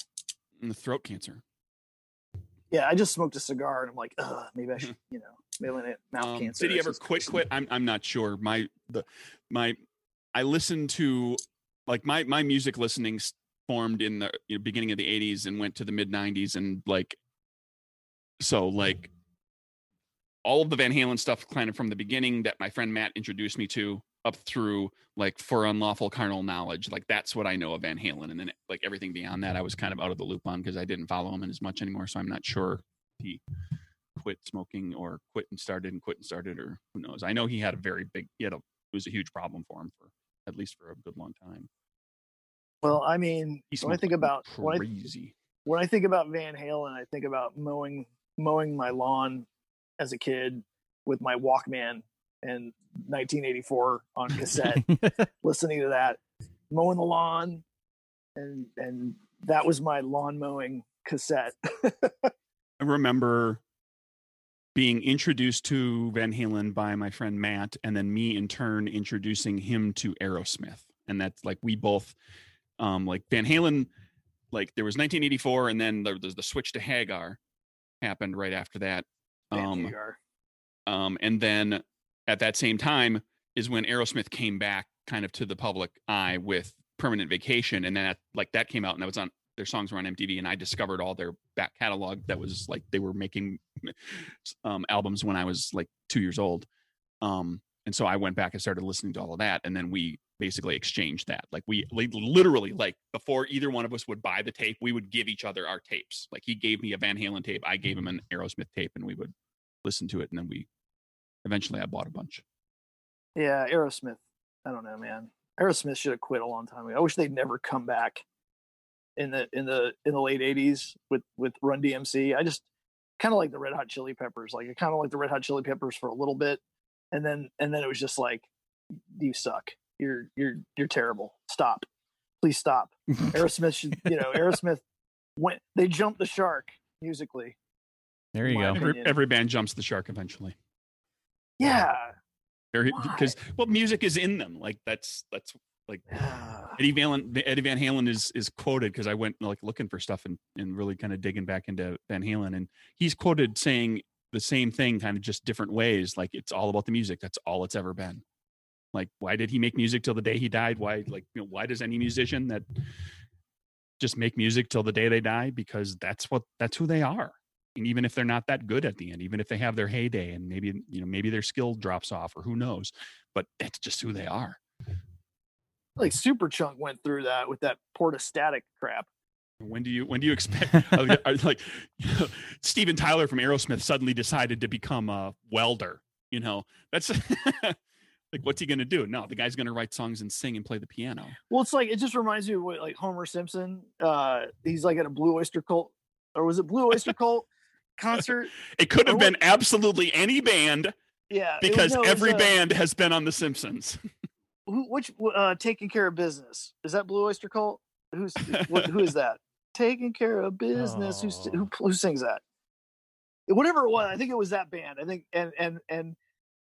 S3: and the throat cancer.
S1: Yeah, I just smoked a cigar and I'm like, Ugh, maybe I should, you know, maybe I have mouth
S3: Um,
S1: cancer.
S3: did he
S1: It's
S3: ever
S1: just-
S3: quit? Quit? I'm I'm not sure. My the my I listened to like my my music listening s- formed in the you know, beginning of the 80s and went to the mid 90s and like so like all of the Van Halen stuff kind of from the beginning that my friend Matt introduced me to up through like for unlawful carnal knowledge like that's what I know of Van Halen and then like everything beyond that I was kind of out of the loop on because I didn't follow him as much anymore so I'm not sure he quit smoking or quit and started and quit and started or who knows I know he had a very big he had a it was a huge problem for him for at least for a good long time
S1: Well, I mean,
S3: he
S1: when I
S3: smoked
S1: think
S3: like
S1: about when I
S3: crazy
S1: when I think about Van Halen, I think about mowing mowing my lawn as a kid with my Walkman and 1984 on cassette, listening to that, mowing the lawn, and and that was my lawn mowing cassette.
S3: I remember being introduced to Van Halen by my friend Matt, and then me in turn introducing him to Aerosmith. And that's like we both, um, like Van Halen, like there was 1984, and then there, there's the switch to Hagar happened right after that.
S1: Damn,
S3: Um,
S1: Hagar.
S3: um, and then at that same time is when Aerosmith came back kind of to the public eye with Permanent Vacation, and that like that came out, and that was on their songs were on MTV, and I discovered all their back catalog that was like they were making um, albums when I was like two years old, um, and so I went back and started listening to all of that, and then we basically exchanged that like we li- literally like before either one of us would buy the tape we would give each other our tapes like he gave me a van halen tape i gave him an aerosmith tape and we would listen to it and then we eventually I bought a bunch.
S1: yeah, Aerosmith. I don't know, man. Aerosmith should have quit a long time ago. I wish they'd never come back in the in the in the late '80s with with Run DMC. I just kind of like the Red Hot Chili Peppers. Like I kind of like the Red Hot Chili Peppers for a little bit, and then and then it was just like, you suck. You're you're you're terrible. Stop. Please stop. Aerosmith should you know Aerosmith went they jumped the shark musically.
S2: There you
S1: My
S2: go.
S1: opinion.
S3: Every, every band jumps the shark eventually.
S1: Yeah.
S3: Very
S1: Why?
S3: because well, music is in them. Like that's that's like
S1: Ah,
S3: Eddie Van Eddie Van Halen is is quoted because I went like looking for stuff and and really kind of digging back into Van Halen and he's quoted saying the same thing kind of just different ways like it's all about the music that's all it's ever been like why did he make music till the day he died why like you know, why does any musician that just make music till the day they die because that's what that's who they are and even if they're not that good at the end even if they have their heyday and maybe you know maybe their skill drops off or who knows but that's just who they are
S1: Like Superchunk went through that with that portastatic crap.
S3: When do you when do you
S2: Oh,
S3: expect are- are like Steven Tyler from Aerosmith suddenly decided to become a welder? You know, that's like what's he going to do? No, the guy's going to write songs and sing and play the piano.
S1: Well, it's like it just reminds me of what, like Homer Simpson. Uh, he's like at a Blue Oyster Cult, or was it Blue Oyster Cult concert?
S3: It could have
S1: Or
S3: been absolutely any band
S1: Yeah, it was-
S3: because
S1: no, it was,
S3: every
S1: uh,
S3: band has been on The Simpsons.
S1: Who, which uh, taking care of business is that Blue Oyster Cult? Who's what, who is that? Taking care of business. Who's,
S3: Oh.
S1: who who sings that? Whatever it was, I think it was that band. I think and and and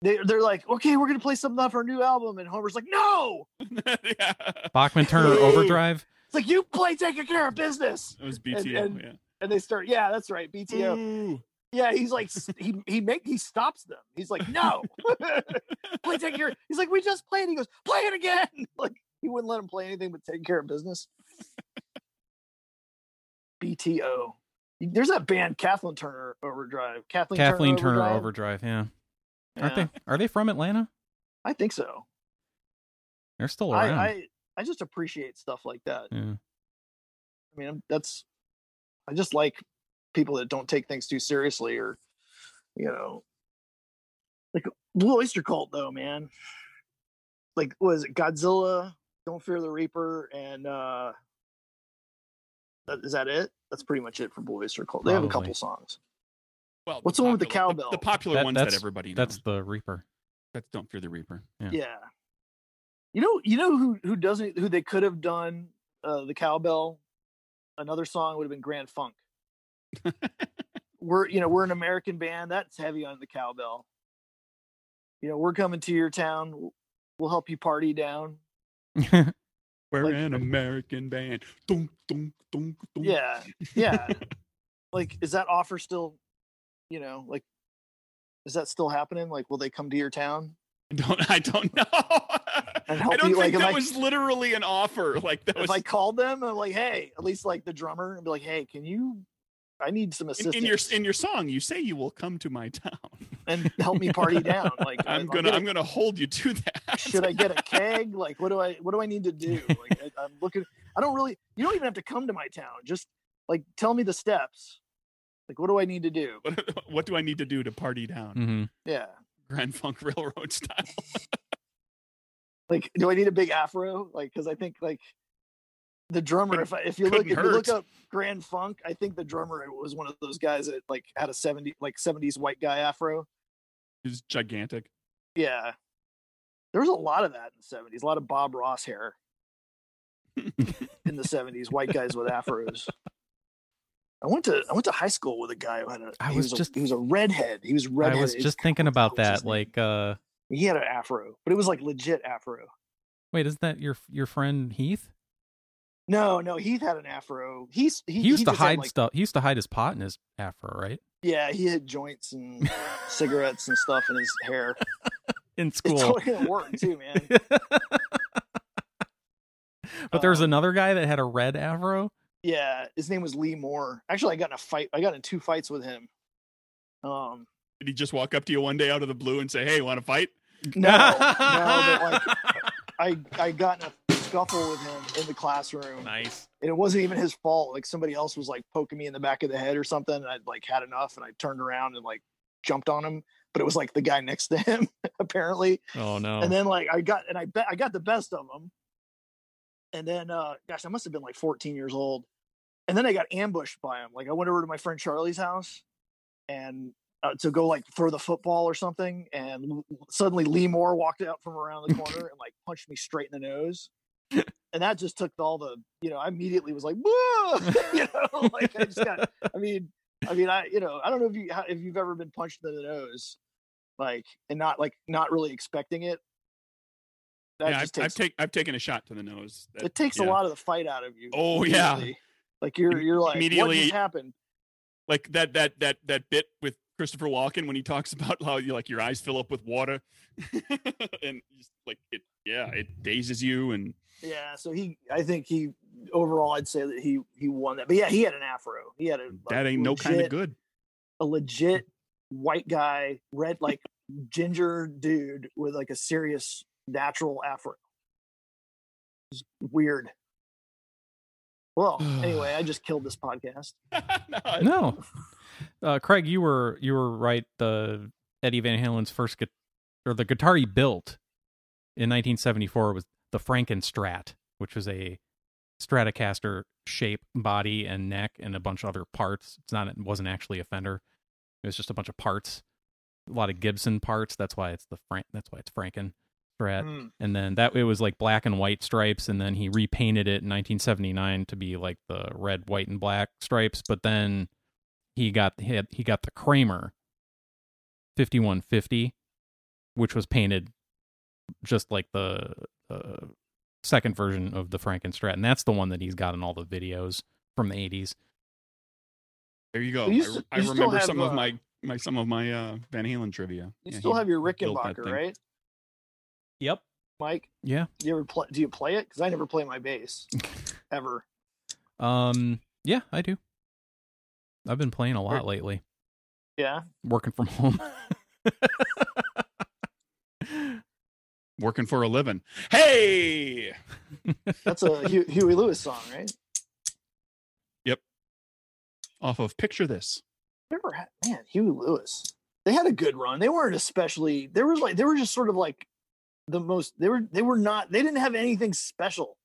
S1: they they're like, okay, we're gonna play something off our new album, and Homer's like, no,
S3: yeah.
S2: Bachman Turner Overdrive.
S1: it's like you play taking care of business,
S3: It was BTO.
S1: and- and they start, yeah, that's right, BTO.
S3: yeah. Ooh.
S1: Yeah, he's like s- he he make he stops them. He's like, no, play take care. He's like, we just played. He goes, play it again. Like he wouldn't let him play anything but take care of business. BTO. There's that band Kathleen Turner Overdrive. Kathleen,
S2: Kathleen
S1: Turner,
S2: Turner
S1: Overdrive.
S2: Overdrive. Yeah. Aren't
S1: Yeah,
S2: they? Are they from Atlanta?
S1: I think so.
S2: They're still
S1: I,
S2: around.
S1: I I just appreciate stuff like that.
S2: yeah.
S1: I mean, that's I just like people that don't take things too seriously, or you know, like Blue Oyster Cult, though, man. Like, was it Godzilla, Don't Fear the Reaper, and uh that, is that it? That's pretty much it for Blue Oyster Cult. They have a
S2: Probably.
S1: couple songs.
S3: Well,
S1: What's the one with the
S3: popular-
S1: cowbell?
S3: The, popular
S2: That-
S3: ones that
S2: that's-
S3: everybody knows.
S2: That's
S3: That's,
S2: the Reaper.
S3: that's Don't Fear the Reaper.
S2: Yeah.
S1: Yeah. You know, you know who who doesn't who they could have done uh, the cowbell. Another song would have been Grand Funk. we're you know we're an American band that's heavy on the cowbell. You know we're coming to your town. We'll help you party down.
S3: We're
S1: Like-
S3: an American band. Dunk, dunk, dunk, dunk.
S1: Yeah, yeah. like, is that offer still? You know, like, is that still happening? Like, will they come to your town?
S3: I don't I don't know.
S1: And
S3: I
S1: help
S3: don't
S1: you, like,
S3: think
S1: if
S3: that
S1: I-
S3: was literally an offer. Like that was
S1: If I called them, I'm like, hey, at least like the drummer, and be like, hey, can you? I need some
S3: in,
S1: assistance.
S3: in your in your song. You say you will come to my town.
S1: and help me party down. Like
S3: I'm
S1: I'll
S3: gonna
S1: get a-
S3: I'm gonna hold you to that.
S1: should I get a keg? Like what do I what do I need to do? Like I, I'm looking. I don't really. You don't even have to come to my town. Just like tell me the steps. Like what do I need to do?
S3: What, what do I need to do to party down?
S2: hmm
S1: Yeah.
S3: Grand Funk Railroad style.
S1: Like do I need a big afro? Like because I think like the drummer. If I, if you look
S3: Couldn't
S1: if you look
S3: hurt.
S1: up Grand Funk, I think the drummer was one of those guys that like had a seventy like seventies white guy afro.
S3: It's gigantic.
S1: Yeah. There was a lot of that in the seventies. A lot of Bob Ross hair. in the seventies, white guys with afros. I went to I went to high school with a guy who had a
S2: I
S1: he
S2: was
S1: a,
S2: just-
S1: he was a redhead. He was
S2: I
S1: redheaded.
S2: was
S1: His-
S2: just thinking about
S1: what's his
S2: that.
S1: name?
S2: Like, uh,
S1: he had an afro, but it was like legit afro.
S2: wait, isn't that your your friend Heath?
S1: No, no, Heath had an afro. He's he,
S2: He, used
S1: he
S2: to
S1: just had,
S2: hide
S1: like-
S2: stuff. He used to hide his pot in his afro, right?
S1: Yeah, he had joints and cigarettes and stuff in his hair.
S2: In
S1: It
S2: school.
S1: totally didn't work too, man.
S2: but there was
S1: Um,
S2: another guy that had a red afro.
S1: Yeah, his name was Lee Moore. Actually, I got in a fight. I got in two fights with him. Um,
S3: Did he just walk up to you one day out of the blue and say, "Hey, want to fight?"
S1: no, no, but like I I got in a scuffle with him in the classroom, and
S2: nice.
S1: it wasn't even his fault. Like somebody else was like poking me in the back of the head or something, and I'd like had enough, and I turned around and like jumped on him, but it was like the guy next to him apparently.
S2: Oh no.
S1: And then like I got and I bet I got the best of him, and then uh gosh, I must have been like 14 years old, and then I got ambushed by him. Like I went over to my friend Charlie's house, and uh, to go like throw the football or something, and l- suddenly Lee Moore walked out from around the corner and like punched me straight in the nose, and that just took all the you know. I immediately was like, whoa, you know, like I just got. I mean, I mean, I you know, I don't know if you how- if you've ever been punched in the nose, like and not like not really expecting it. That
S3: yeah, I've,
S1: just takes,
S3: I've, take, I've taken a shot to the nose. That-
S1: it takes
S3: yeah.
S1: a lot of the fight out of you.
S3: Oh, yeah.
S1: immediately. Like you're you're like what
S3: Immediately-
S1: just happened?
S3: Like that that that that bit with Christopher Walken when he talks about how you like your eyes fill up with water, and just like it, yeah, it dazes you and
S1: Yeah, so he, I think he overall, I'd say that he he won that. But yeah, he had an afro. He had a like,
S3: that ain't no kind of
S1: legit-
S3: good.
S1: A legit white guy, red like ginger dude with like a serious natural afro. It's weird. Well, anyway, I just killed this podcast.
S3: No, I-
S2: No, uh, Craig, you were you were right. The Eddie Van Halen's first gu- or the guitar he built in 1974 was the Frankenstrat, which was a Stratocaster shape, body, and neck, and a bunch of other parts. It's not it wasn't actually a Fender. It was just a bunch of parts, a lot of Gibson parts. That's why it's the Frank. That's why it's Frankenstrat.
S1: Hmm.
S2: and then that it was like black and white stripes and then he repainted it in 1979 to be like the red white and black stripes but then he got he, had, he got the kramer 5150 which was painted just like the uh, second version of the frankenstrat and that's the one that he's got in all the videos from the 80s
S3: there you go.
S1: But you
S3: I-
S1: s-
S3: I,
S1: you still
S3: remember
S1: have,
S3: some of
S1: uh,
S3: my my some of my uh, Van Halen trivia.
S1: You
S3: Yeah,
S1: still
S3: he-
S1: have your
S3: he built that
S1: Rickenbacker,
S3: thing.
S1: right,
S2: yep
S1: Mike?
S2: yeah
S1: Do you ever play? Do you play it? Because I never play my bass ever.
S2: um yeah i do i've been playing a lot lately
S1: Yeah,
S2: working from home
S3: Working for a living. Hey,
S1: that's a Hue- Huey Lewis song, right?
S3: off of picture this.
S1: Never had man, Huey Lewis. They had a good run. They weren't especially there was like they were just sort of like the most they were they were not they didn't have anything special.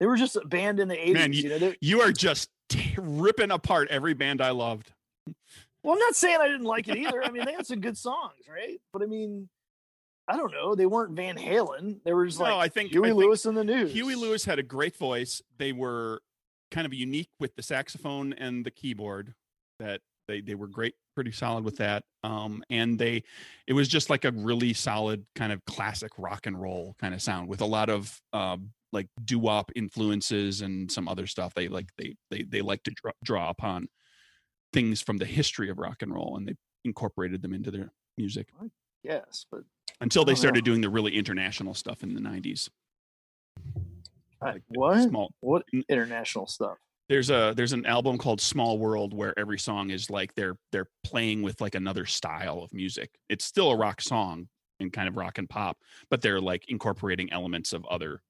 S1: They were just a band in the
S3: Man,
S1: eighties, you know. They,
S3: You are just t- ripping apart every band I loved.
S1: well, I'm not saying I didn't like it either. I mean, they had some good songs, right? But I mean, I don't know. They weren't Van Halen. They were just
S3: no,
S1: like
S3: I think
S1: Huey
S3: I think
S1: Lewis in the news.
S3: Huey Lewis had a great voice. They were kind of unique with the saxophone and the keyboard. That they they were great, pretty solid with that. Um, and they, it was just like a really solid kind of classic rock and roll kind of sound with a lot of um, like doo wop influences and some other stuff. They like they they they like to draw, draw upon things from the history of rock and roll, and they incorporated them into their music
S1: Yes, but
S3: until they
S1: Oh, yeah.
S3: started doing the really international stuff in the 90s
S1: I-
S3: Like,
S1: Uh, what
S3: small
S1: what international stuff?
S3: there's a there's an album called small world where every song is like they're they're playing with like another style of music it's still a rock song and kind of rock and pop but they're like incorporating elements of other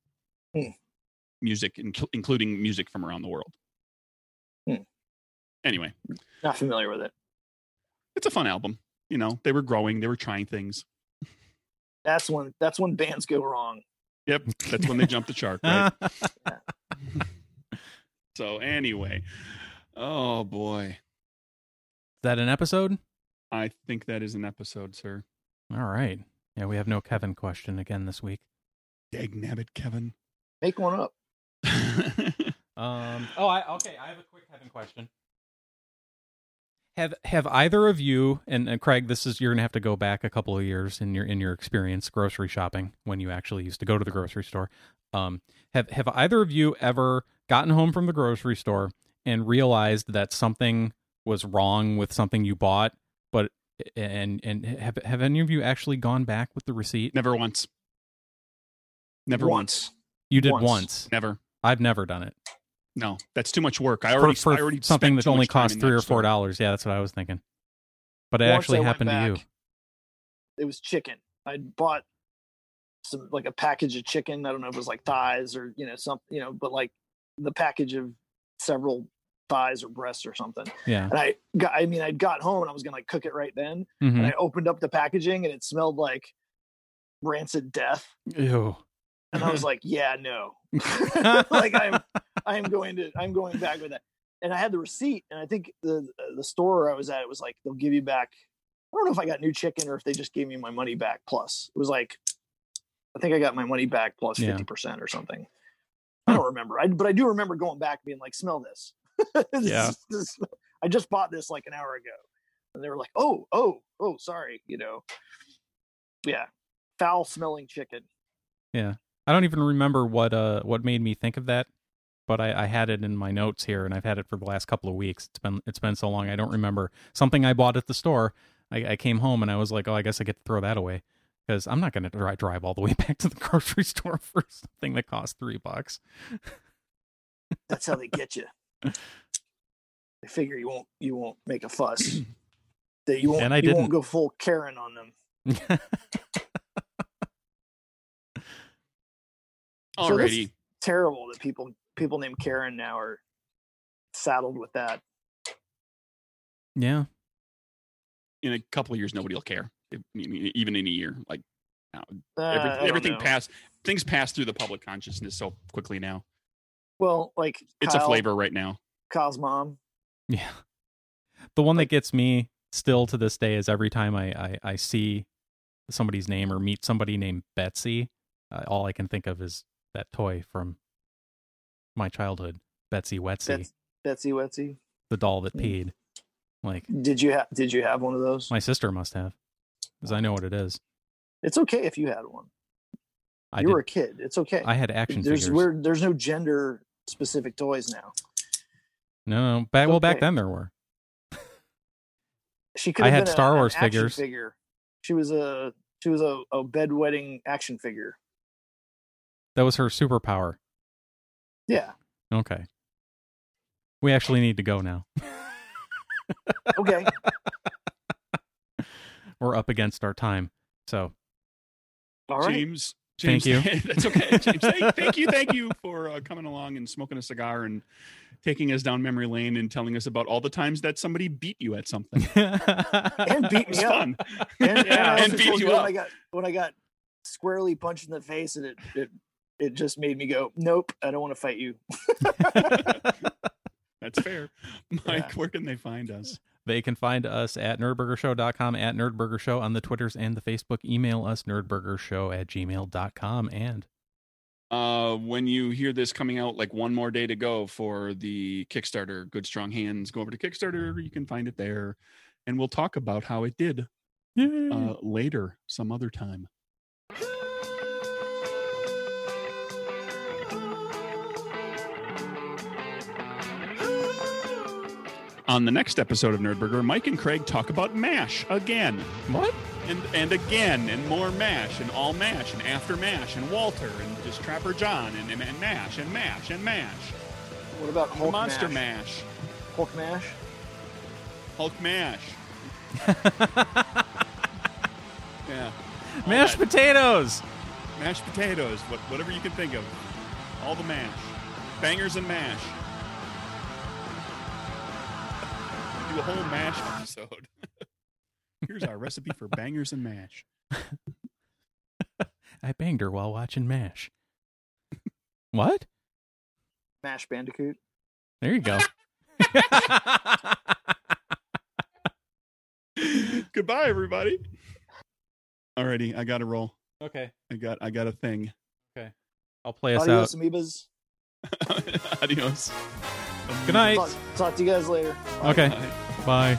S1: Hmm.
S3: music inc- including music from around the world
S1: Hmm.
S3: anyway
S1: Not familiar with it.
S3: it's a fun album you know they were growing they were trying things
S1: That's when that's when bands go wrong.
S3: yep that's when they jumped the shark right so anyway oh boy
S2: Is that an episode?
S3: i think that is an episode sir
S2: All right. Yeah, we have no Kevin question again this week.
S3: dag nabbit kevin
S1: Make one up.
S2: Um, oh, I okay. I have a quick Kevin question. Have Have either of you and, and Craig? This is you're gonna have to go back a couple of years in your in your experience grocery shopping when you actually used to go to the grocery store. Um, have Have either of you ever gotten home from the grocery store and realized that something was wrong with something you bought, but and and have have any of you actually gone back with the receipt?
S3: Never once. Never once.
S1: once.
S2: You did
S1: Once.
S2: once.
S3: Never.
S2: I've never done it.
S3: No, that's too much work. I
S2: For-
S3: already
S2: for,
S3: I already
S2: something
S3: spent
S2: that's
S3: too
S2: only
S3: much time
S2: cost
S3: in
S2: three
S3: that
S2: or four
S3: store.
S2: dollars. Yeah, that's what I was thinking. But it
S1: Once I
S2: actually
S1: went
S2: happened to you.
S1: back, It was chicken. I bought some like a package of chicken. I don't know if it was like thighs or you know something, you know, but like the package of several thighs or breasts or something.
S2: Yeah.
S1: And I got, I mean, I got home and I was gonna like cook it right then, and
S2: hmm
S1: I opened up the packaging and it smelled like rancid death,
S2: Ew.
S1: and I was like, yeah, no, like I'm I am going to I'm going back with that. And I had the receipt, and I think the the store I was at it was like they'll give you back I don't know if I got new chicken or if they just gave me my money back plus. It was like I think I got my money back plus
S2: Yeah.
S1: 50% or something. I don't remember. I, but I do remember going back being like, smell this. This
S2: Yeah.
S1: is- this- I just bought this like an hour ago. And they were like, oh, oh, oh, sorry. You know, yeah. Foul smelling chicken.
S2: I don't even remember what uh what made me think of that, but I, I had it in my notes here, and I've had it for the last couple of weeks. It's been it's been so long, I don't remember something I bought at the store. I, I came home and I was like, oh, I guess I get to throw that away because I'm not going to dri- drive all the way back to the grocery store for something that costs three bucks.
S1: That's how they get you. They figure you won't you won't make a fuss. That you won't
S2: And I
S1: you
S2: didn't.
S1: won't go full Karen on them. So this-
S3: Alrighty.
S1: terrible that people people named Karen now are saddled with that.
S2: Yeah,
S3: in a couple of years, nobody will care. I mean, e-, Even in a year, like
S1: Uh,
S3: every,
S1: I don't
S3: everything
S1: know.
S3: passed, things pass through the public consciousness so quickly now.
S1: Well, like
S3: It's a
S1: Kyle-
S3: flavor right now.
S1: Kyle's mom.
S2: yeah. The one that gets me still to this day is every time I I, I see somebody's name or meet somebody named Betsy, uh, all I can think of is that toy from my childhood, Betsy Wetsy,
S1: Bets- Betsy Wetsy.
S2: the doll that
S1: Mm.
S2: peed. Like
S1: Did you have Did you have one of those?
S2: my sister must have, because I know what it is.
S1: It's okay if you had one.
S2: I
S1: you
S2: did,
S1: were a kid. It's okay.
S2: I had action
S1: there's
S2: figures.
S1: we're, there's no gender specific toys now.
S2: No, no, back well back
S1: Okay.
S2: then there were.
S1: She could.
S2: I
S1: have
S2: had
S1: been a-
S2: Star
S1: an
S2: Wars
S1: action
S2: figures.
S1: Figure. She was a she was a, a bedwetting action figure.
S2: That was her superpower.
S1: Yeah.
S2: Okay. We actually need to go now.
S1: Okay.
S2: We're up against our time. So
S1: All right.
S3: James,
S2: Thank
S3: James, that's okay. James, thank, thank you, thank you for uh, coming along and smoking a cigar and taking us down memory lane and telling us about all the times that somebody beat you at something.
S2: and
S1: And beat
S3: It was
S1: me up.
S3: fun.
S1: And, and
S3: Yeah,
S1: I also
S3: and beat
S1: told
S3: you
S1: when
S3: up.
S1: I got when I got squarely punched in the face, and it it it just made me go, nope, I don't want to fight you.
S3: That's fair. Mike,
S1: Yeah.
S3: where can they find us?
S2: They can find us at nerdburgershow.com, at nerdburgershow on the Twitters and the Facebook. Email us nerdburgershow at gmail.com. And
S3: Uh, when you hear this coming out, like one more day to go for the Kickstarter, Good Strong Hands, go over to Kickstarter. You can find it there. And we'll talk about how it did uh, later, some other time. On the next episode of Nerdburger, Mike and Craig talk about MASH again
S2: what?
S3: and and again and more mash and all mash and after mash and Walter and just Trapper John and and, and mash and mash and mash
S1: What about Hulk
S3: Monster
S1: Mash?
S3: mash.
S1: Hulk Mash?
S3: Hulk mash. yeah, All
S2: Mashed
S3: that.
S2: potatoes.
S3: mashed potatoes, what, whatever you can think of, all the mash, bangers and mash. Do a whole mash episode. Here's our recipe for bangers and mash.
S2: I banged her while watching MASH. what?
S1: Mash Bandicoot?
S2: There you go.
S3: Goodbye, everybody. Alrighty, I gotta roll.
S2: okay.
S3: I got I got a thing.
S2: I'll play us
S1: Adios,
S2: out.
S1: amoebas.
S3: Adios.
S2: Good night.
S1: Talk, talk to you guys later.
S2: Okay. Bye.